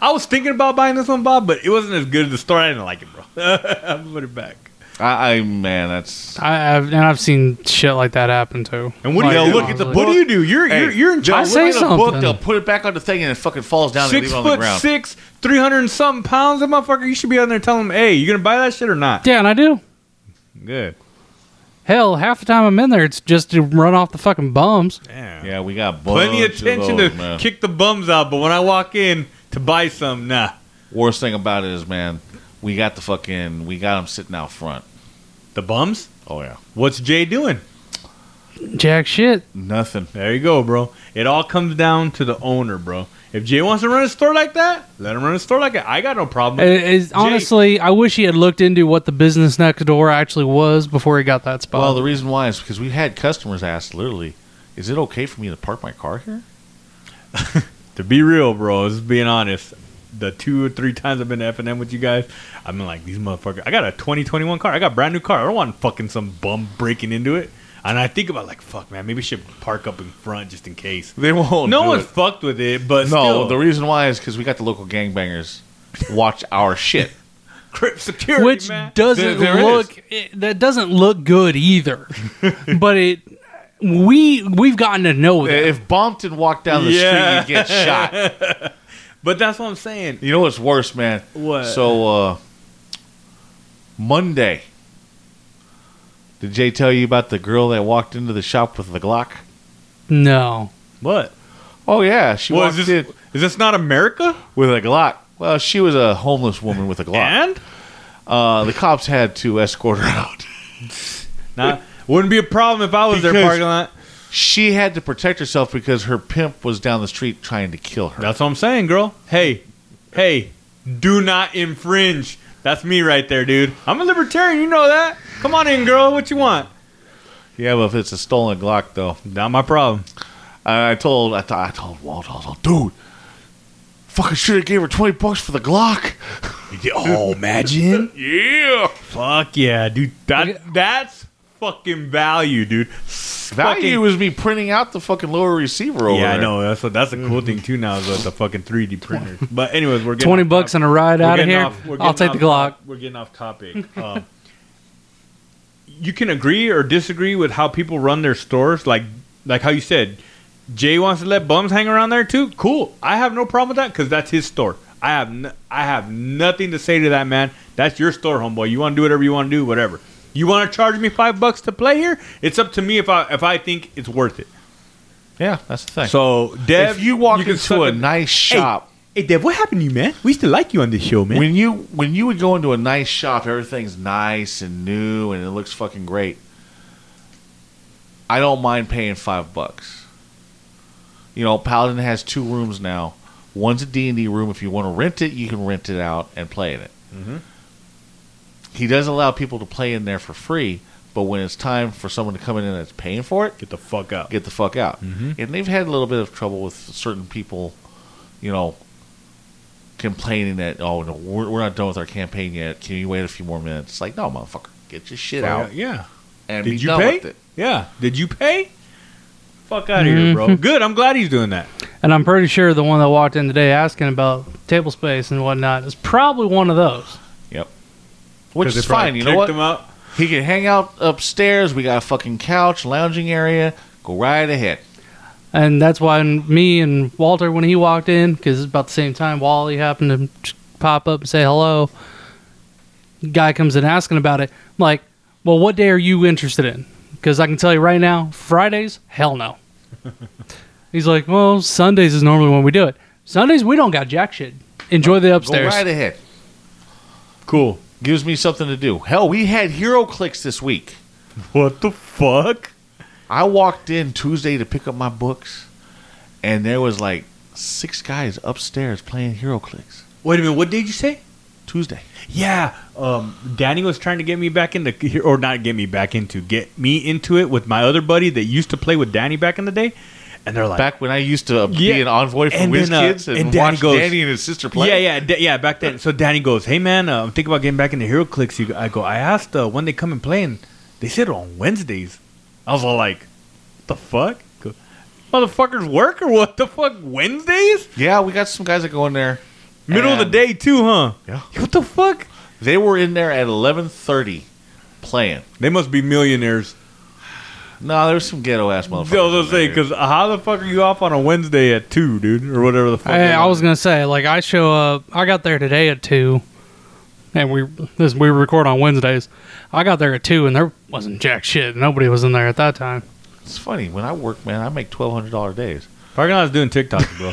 Speaker 4: I was thinking about buying this one, Bob, but it wasn't as good as the store. I didn't like it, bro. (laughs) I'm gonna put it back.
Speaker 1: I, I man, that's.
Speaker 7: I, I've, and I've seen shit like that happen too.
Speaker 4: And what do
Speaker 7: Like,
Speaker 4: you look at the?
Speaker 7: honestly.
Speaker 4: What do you do? You're you're,
Speaker 1: Hey,
Speaker 4: you're in
Speaker 1: they'll
Speaker 7: I
Speaker 4: charge.
Speaker 1: look
Speaker 7: say
Speaker 1: at a book,
Speaker 7: something.
Speaker 1: they'll put it back on the thing, and it fucking falls down and
Speaker 4: Six
Speaker 1: leave it on the
Speaker 4: foot
Speaker 1: ground.
Speaker 4: six, three hundred and something pounds. That motherfucker, you should be on there telling him, "Hey, you gonna buy that shit or not?"
Speaker 7: Yeah, and I do.
Speaker 4: Good.
Speaker 7: Hell, half the time I'm in there, it's just to run off the fucking bums.
Speaker 4: Damn.
Speaker 1: Yeah, we got
Speaker 4: Plenty of
Speaker 1: bunch
Speaker 4: attention
Speaker 1: those,
Speaker 4: to
Speaker 1: man.
Speaker 4: kick the bums out, but when I walk in to buy some, nah.
Speaker 1: Worst thing about it is, man, we got the fucking, we got them sitting out front.
Speaker 4: The bums?
Speaker 1: Oh yeah,
Speaker 4: What's Jay doing?
Speaker 7: Jack shit.
Speaker 1: nothing.
Speaker 4: There you go, bro. It all comes down to the owner, bro. If Jay wants to run a store like that, let him run a store like that. I got no problem.
Speaker 7: It- it's- honestly, I wish he had looked into what the business next door actually was before he got that spot.
Speaker 1: Well, the reason why is because we had customers ask literally, "Is it okay for me to park my car here?"
Speaker 4: to be real, bro, just being honest, the two or three times I've been to F and M with you guys, I've been like, these motherfuckers. I got a 2021 car. I got a brand new car. I don't want fucking some bum breaking into it. And I think about like, fuck, man, maybe I should park up in front just in case.
Speaker 1: They won't.
Speaker 4: No one's fucked with it, but
Speaker 1: No,
Speaker 4: no, still,
Speaker 1: the reason why is because we got the local gangbangers watch our shit.
Speaker 4: (laughs) crip security,
Speaker 7: which
Speaker 4: man.
Speaker 7: doesn't
Speaker 1: There- there
Speaker 7: look it, that doesn't look
Speaker 4: (laughs)
Speaker 7: good either. but it we we've gotten to know that.
Speaker 1: if Bompton walked down the
Speaker 4: Yeah. (laughs)
Speaker 1: street, you get shot.
Speaker 4: But that's what I'm saying.
Speaker 1: You know what's worse, man?
Speaker 4: What?
Speaker 1: So uh, Monday, did Jay tell you about the girl that walked into the shop with the Glock?
Speaker 7: no.
Speaker 4: What?
Speaker 1: Oh yeah, she
Speaker 4: Well,
Speaker 1: walked
Speaker 4: is this
Speaker 1: in
Speaker 4: is this not America?
Speaker 1: with a Glock. Well, she was a homeless woman with a Glock.
Speaker 4: And
Speaker 1: Uh, the cops had to escort her (laughs) out.
Speaker 4: nah, wouldn't be a problem if I was their
Speaker 1: Because-
Speaker 4: parking lot.
Speaker 1: she had to protect herself because her pimp was down the street trying to kill her.
Speaker 4: That's what I'm saying, girl. Hey, hey, do not infringe. That's me right there, dude. I'm a libertarian, you know that. Come on in, girl. What you want?
Speaker 1: Yeah, but if it's a stolen Glock, though,
Speaker 4: Not my problem.
Speaker 1: I I told I, t- I told Walt, I was like, dude, fucking should have gave her twenty bucks for the Glock.
Speaker 4: Oh,
Speaker 7: (laughs)
Speaker 4: imagine. yeah. Fuck yeah, dude. That that's fucking value, dude.
Speaker 1: Value was me printing out the fucking lower receiver over
Speaker 4: Yeah, I
Speaker 1: there.
Speaker 4: know. That's what, that's a cool thing too. Now is with the fucking 3D printers. But anyways, we're getting
Speaker 7: Twenty
Speaker 4: off
Speaker 7: bucks and a ride
Speaker 4: We're
Speaker 7: out of
Speaker 4: getting
Speaker 7: here.
Speaker 4: off- we're
Speaker 7: I'll take
Speaker 4: getting
Speaker 7: the
Speaker 4: off
Speaker 7: Glock.
Speaker 4: top- We're getting off topic. Um, you can agree or disagree with how people run their stores, like like how you said. Jay wants to let bums hang around there too. Cool. I have no problem with that because that's his store. I have n- I have nothing to say to that man. That's your store, homeboy. You want to do whatever you want to do, whatever. You want to charge me five bucks to play here? It's up to me if I if I think it's worth it.
Speaker 1: Yeah, that's the thing.
Speaker 4: So Dev,
Speaker 1: if you walk
Speaker 4: can suck
Speaker 1: into a nice shop,
Speaker 4: Hey Dev, what happened to you, man? We used to like you on this show, man.
Speaker 1: when you when you would go into a nice shop, everything's nice and new and it looks fucking great. I don't mind paying five bucks. You know, Paladin has two rooms now. One's a D and D room. If you want to rent it, you can rent it Mm-hmm. out and play in it. He does allow people to play in there for free, But when it's time for someone to come in and that's paying for it,
Speaker 4: Get the fuck out.
Speaker 1: get the fuck out.
Speaker 4: Mm-hmm.
Speaker 1: And they've had a little bit of trouble with certain people, you know, complaining that oh no, we're, we're not done with our campaign yet. Can you wait a few more minutes? It's like no, motherfucker, get your shit out
Speaker 4: Yeah.
Speaker 1: and be
Speaker 4: Did you
Speaker 1: done
Speaker 4: pay?
Speaker 1: with it.
Speaker 4: Yeah. Did you pay? Fuck out of here, bro.
Speaker 1: Mm-hmm.
Speaker 4: Good. I'm glad he's doing that.
Speaker 7: And I'm pretty sure the one that walked in today asking about table space and whatnot is probably one of those.
Speaker 1: Which
Speaker 4: 'Cause they
Speaker 1: is
Speaker 4: probably
Speaker 1: fine. You know
Speaker 4: kicked
Speaker 1: what?
Speaker 4: Him out.
Speaker 1: He can hang out upstairs. We got a fucking couch, lounging area. Go right ahead.
Speaker 7: And that's why n- me and Walter, when he walked in, because it's about the same time Wally happened to pop up and say hello, guy comes in asking about it. I'm like, well, what day are you interested in? Because I can tell you right now, Fridays, hell
Speaker 1: (laughs)
Speaker 7: no. He's like, well, Sundays is normally when we do it. Sundays, we don't got jack shit. Enjoy the
Speaker 1: Go
Speaker 7: upstairs.
Speaker 1: right ahead.
Speaker 4: Cool.
Speaker 1: Gives me something to do. Hell, we had hero clicks this week.
Speaker 4: What the fuck?
Speaker 1: I walked in Tuesday to pick up my books, and there was like six guys upstairs playing HeroClix
Speaker 4: Wait a minute. What did you say?
Speaker 1: Tuesday.
Speaker 4: Yeah, um, Danny was trying to get me back into, or not get me back into, get me into it with my other buddy that used to play with Danny back in the day, and they're like,
Speaker 1: Back when I used to
Speaker 4: Yeah.
Speaker 1: be an envoy for
Speaker 4: And
Speaker 1: Whiz
Speaker 4: then, uh,
Speaker 1: Kids and,
Speaker 4: and Danny
Speaker 1: watch
Speaker 4: goes-
Speaker 1: Danny and his sister play.
Speaker 4: yeah, yeah, da- yeah, back then. So Danny goes, hey man, uh, I'm thinking about getting back into Hero Clicks. You, I go, I asked uh, when they come and play, and they said on Wednesdays. I was all like, the fuck, Go, motherfuckers work or what? The fuck Wednesdays,
Speaker 1: Yeah, we got some guys that go in there.
Speaker 4: middle of the
Speaker 1: And-
Speaker 4: day too, huh?
Speaker 1: Yeah.
Speaker 4: What the fuck?
Speaker 1: They were in there at eleven thirty playing.
Speaker 4: They must be millionaires.
Speaker 1: No, there was some ghetto ass motherfuckers.
Speaker 4: I was
Speaker 1: in
Speaker 4: gonna say,
Speaker 1: there.
Speaker 4: because how the fuck are you off on a Wednesday at two, dude, or whatever the fuck?
Speaker 7: Hey,
Speaker 4: it
Speaker 7: I was gonna say, like, I show up. I got there today at two, and we this we record on Wednesdays. I got there at two, and there wasn't jack shit. Nobody was in there at that time.
Speaker 1: it's funny when I work, man, I make twelve hundred dollar days.
Speaker 4: Parking lot's doing TikTok, bro.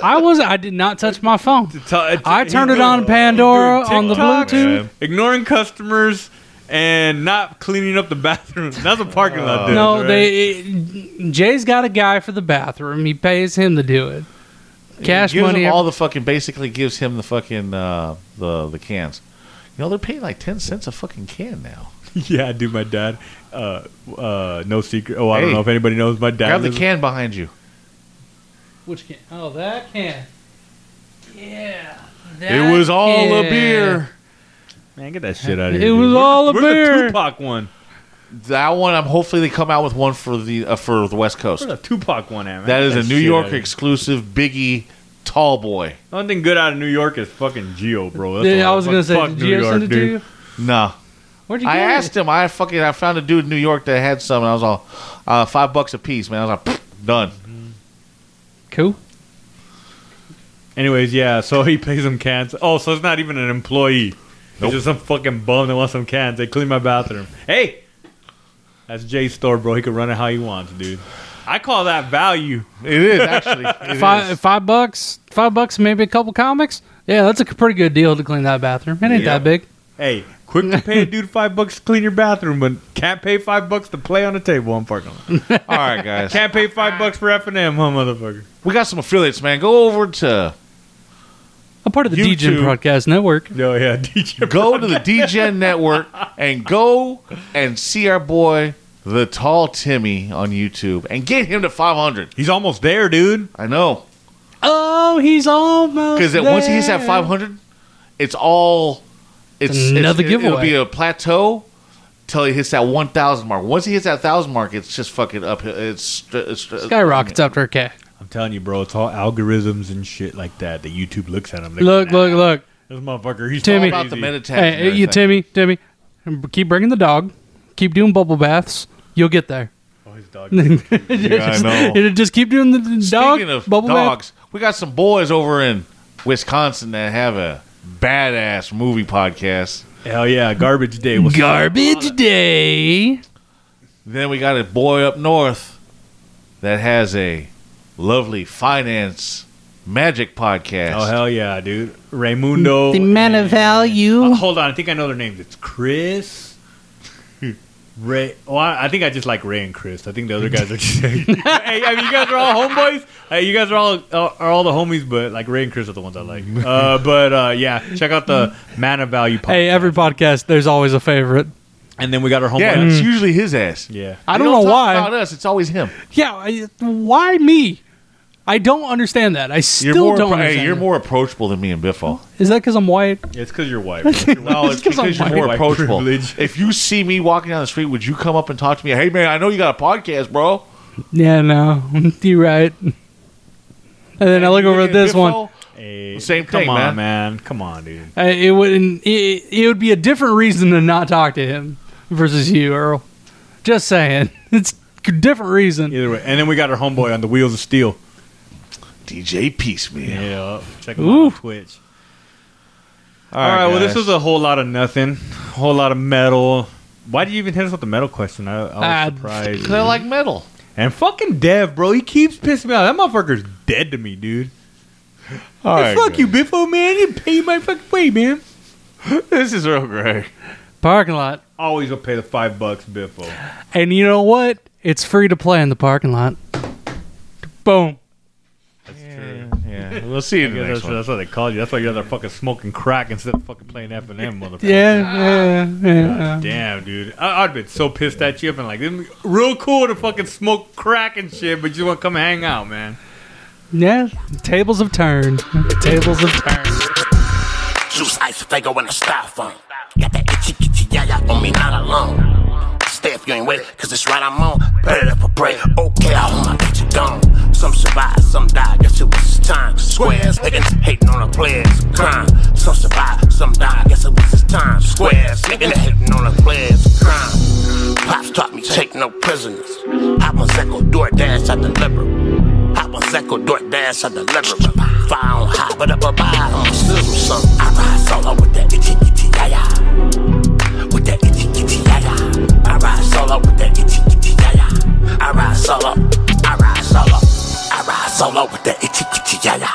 Speaker 4: (laughs)
Speaker 7: I was. I did not touch my phone.
Speaker 4: I
Speaker 7: turned it on Pandora on the Bluetooth.
Speaker 4: ignoring customers and not cleaning up the bathroom. (laughs) That's what parking
Speaker 1: Uh,
Speaker 4: lot. Does,
Speaker 7: No,
Speaker 4: right?
Speaker 7: they. Jay's got a guy for the bathroom. He pays him to do it. Cash
Speaker 1: gives
Speaker 7: money.
Speaker 1: Him all the fucking basically gives him the fucking uh, the the cans. You know they're paying like ten cents a fucking can now.
Speaker 4: (laughs) Yeah, dude, my dad. Uh, uh, no secret. Oh, I don't
Speaker 1: Hey.
Speaker 4: know if anybody knows. My dad.
Speaker 1: Grab the
Speaker 4: lives-
Speaker 1: can behind you.
Speaker 7: which can? Oh, that can. Yeah.
Speaker 1: It was all a beer.
Speaker 4: Man, get that shit out of
Speaker 7: It
Speaker 4: here.
Speaker 7: was
Speaker 4: dude.
Speaker 7: all a
Speaker 4: where's, Where's
Speaker 7: beer.
Speaker 4: the Tupac one?
Speaker 1: That one, I'm hopefully they come out with one for the uh, for the West Coast.
Speaker 4: Where's the Tupac one at? Man?
Speaker 1: That is
Speaker 4: Get
Speaker 1: a New
Speaker 4: shit
Speaker 1: York
Speaker 4: outta here.
Speaker 1: exclusive Biggie Tall Boy.
Speaker 4: Only thing good out of New York is fucking Geo, bro. That's
Speaker 7: Yeah,
Speaker 4: all.
Speaker 7: I was gonna
Speaker 4: Fuck-
Speaker 7: say.
Speaker 4: fuck
Speaker 7: Did
Speaker 4: New
Speaker 7: you
Speaker 4: York,
Speaker 7: send it to
Speaker 4: dude.
Speaker 7: you?
Speaker 1: Nah,
Speaker 7: Where'd you
Speaker 1: I
Speaker 7: get it?
Speaker 1: asked him. I fucking I found a dude in New York that had some, and I was all uh, five bucks a piece, man. I was like, "Pfft, done.
Speaker 7: Cool.
Speaker 4: Anyways, yeah, so he pays them cans. Oh, so it's not even an employee. It's just some fucking bum that wants some cans. They clean my bathroom. Hey! That's Jay's store, bro. He can run it how he wants, dude. I call that value.
Speaker 1: It (laughs) is actually. It
Speaker 7: five
Speaker 1: is.
Speaker 7: five bucks, five bucks, maybe a couple comics. Yeah, that's a pretty good deal to clean that bathroom. It ain't
Speaker 1: Yeah.
Speaker 7: that big.
Speaker 4: Hey, quick to pay a dude five bucks to clean your bathroom, but can't pay five bucks to play on a table in parking lot.
Speaker 1: All right, guys.
Speaker 4: Can't pay five bucks for F and M, huh, motherfucker?
Speaker 1: We got some affiliates, man. Go over to
Speaker 7: A part of the DGen
Speaker 1: YouTube.
Speaker 7: Broadcast Network.
Speaker 4: No, yeah, (laughs) DJ.
Speaker 1: go to the (laughs) DGen network and go and see our boy the Tall Timmy on YouTube and get him to 500.
Speaker 4: He's almost there, dude.
Speaker 1: I know
Speaker 7: Oh, he's almost
Speaker 1: because
Speaker 7: there.
Speaker 1: once he's at 500, it's all it's it's-
Speaker 7: Another
Speaker 1: it- It'll
Speaker 7: giveaway.
Speaker 1: be a plateau till he hits that 1,000 mark. Once he hits that 1,000 mark, it's just fucking uphill. It's, str- it's str-
Speaker 7: skyrockets after a K.
Speaker 4: I'm telling you, bro, it's all algorithms and shit like that that YouTube looks at him. They go,
Speaker 7: Look,
Speaker 4: "Nah,
Speaker 7: look, look.
Speaker 4: This motherfucker, he's
Speaker 1: All
Speaker 7: Timmy.
Speaker 1: about the
Speaker 4: crazy."
Speaker 1: meta tags and
Speaker 7: Hey, you,
Speaker 1: everything.
Speaker 7: Timmy, Timmy, keep bringing the dog. Keep doing bubble baths. You'll get there.
Speaker 4: Oh, his dog. (laughs)
Speaker 1: Yeah, I
Speaker 7: (laughs)
Speaker 1: know.
Speaker 7: Just keep doing the dog
Speaker 1: Speaking of
Speaker 7: bubble bath.
Speaker 1: dogs, we got some boys over in Wisconsin that have a badass movie podcast.
Speaker 4: Hell yeah, garbage day. What's
Speaker 7: Garbage day.
Speaker 1: Then we got a boy up north that has a lovely finance magic podcast.
Speaker 4: Oh hell yeah, dude. Raymundo. and-
Speaker 7: value.
Speaker 4: Uh, hold on, I think I know their names. It's Chris. (laughs) Ray. Oh, I, I think I just like Ray and Chris. I think the other guys are just. (laughs) hey, I mean, you guys are all homeboys. Hey, you guys are all uh, are all the homies, but like Ray and Chris are the ones I (laughs) like. Uh, but uh, yeah, check out the Man of Value podcast.
Speaker 7: Hey, every podcast, there's always a favorite.
Speaker 4: and then we got our home.
Speaker 1: Yeah,
Speaker 4: Yeah,
Speaker 1: and it's usually his ass.
Speaker 4: yeah. Mm.
Speaker 7: I
Speaker 1: They
Speaker 7: don't know
Speaker 1: talk
Speaker 7: why.
Speaker 1: About us, it's always him.
Speaker 7: Yeah, I, why me? I don't understand that. I still
Speaker 1: You're more
Speaker 7: don't.
Speaker 1: appro- hey,
Speaker 7: understand
Speaker 1: you're
Speaker 7: that.
Speaker 1: more approachable than me and Biffo.
Speaker 7: Is that because I'm white?
Speaker 4: (laughs) It's because you're white. (laughs) no,
Speaker 7: It's 'cause I'm
Speaker 4: you're
Speaker 7: white.
Speaker 1: More
Speaker 4: white
Speaker 1: approachable.
Speaker 4: privilege.
Speaker 1: If you see me walking down the street, would you come up and talk to me? Hey man, I know you got a podcast, bro.
Speaker 7: Yeah, no, (laughs) you're right. And then I look over at this one.
Speaker 4: Hey,
Speaker 1: Same
Speaker 4: come
Speaker 1: thing,
Speaker 4: on,
Speaker 1: man.
Speaker 4: Come on, dude.
Speaker 7: I, Uh, it would it, it would be a different reason to not talk to him versus you, Earl. Just saying, (laughs) it's a different reason.
Speaker 4: Either way, and then we got our homeboy on the wheels of steel.
Speaker 1: DJ Piecemeal.
Speaker 4: Yeah, check him
Speaker 7: Ooh.
Speaker 4: out on Twitch. All right, well, this
Speaker 1: guys.
Speaker 4: was a whole lot of nothing, whole lot of metal. Why did you even hit us with the metal question? I, I was
Speaker 7: Ah,
Speaker 4: surprised.
Speaker 1: Cause I like metal.
Speaker 4: and fucking Dev, bro, he keeps pissing me off. That motherfucker's dead to me, dude.
Speaker 1: All
Speaker 4: Hey, fuck you, Biffo, man. You pay my fucking way, man.
Speaker 1: This is Earl Grey.
Speaker 7: Parking lot,
Speaker 4: Always will pay the five bucks, (laughs) Biffo.
Speaker 7: and you know what? It's free to play in the parking lot. Boom.
Speaker 1: Yeah, we'll see you in the
Speaker 4: That's,
Speaker 1: next one.
Speaker 4: that's what they called you. That's why you're there fucking smoking crack instead of fucking playing F and (laughs) M, motherfucker.
Speaker 7: Yeah, yeah, yeah.
Speaker 4: Damn, dude. I, I'd been so pissed at you. I've been like, real cool to fucking smoke crack and shit, but you want to come hang out, man.
Speaker 7: Yeah, tables have turned. Tables have turned.
Speaker 2: Juice, ice, fago, and a styrofoam. Got that itchy, itchy, yeah, yeah, on me, not alone. Stay if you ain't with it, cause it's right I'm on. Better than for prey. Okay, I hold my bitch gone. Some survive, some die, guess it was his time. Squares, niggas hating on the players, crime. Some survive, some die, guess it was his time. Squares, niggas hating on the players, crime. Pops taught me take no prisoners. Hop on Zecco, door dash, I deliver. Hop on Zecco, Dort Dash, I deliver it. Fire on high, but up a buy on sizzle some. I ride solo with that itchy itchy ya ya. With that itchy itchy ya ya. I ride solo with that itchy itchy ya ya. I ride solo. I ride solo. I ride solo with that itchy itchy ya ya.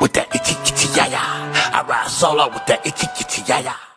Speaker 2: With that itchy itchy ya ya. I ride solo with that itchy itchy ya ya.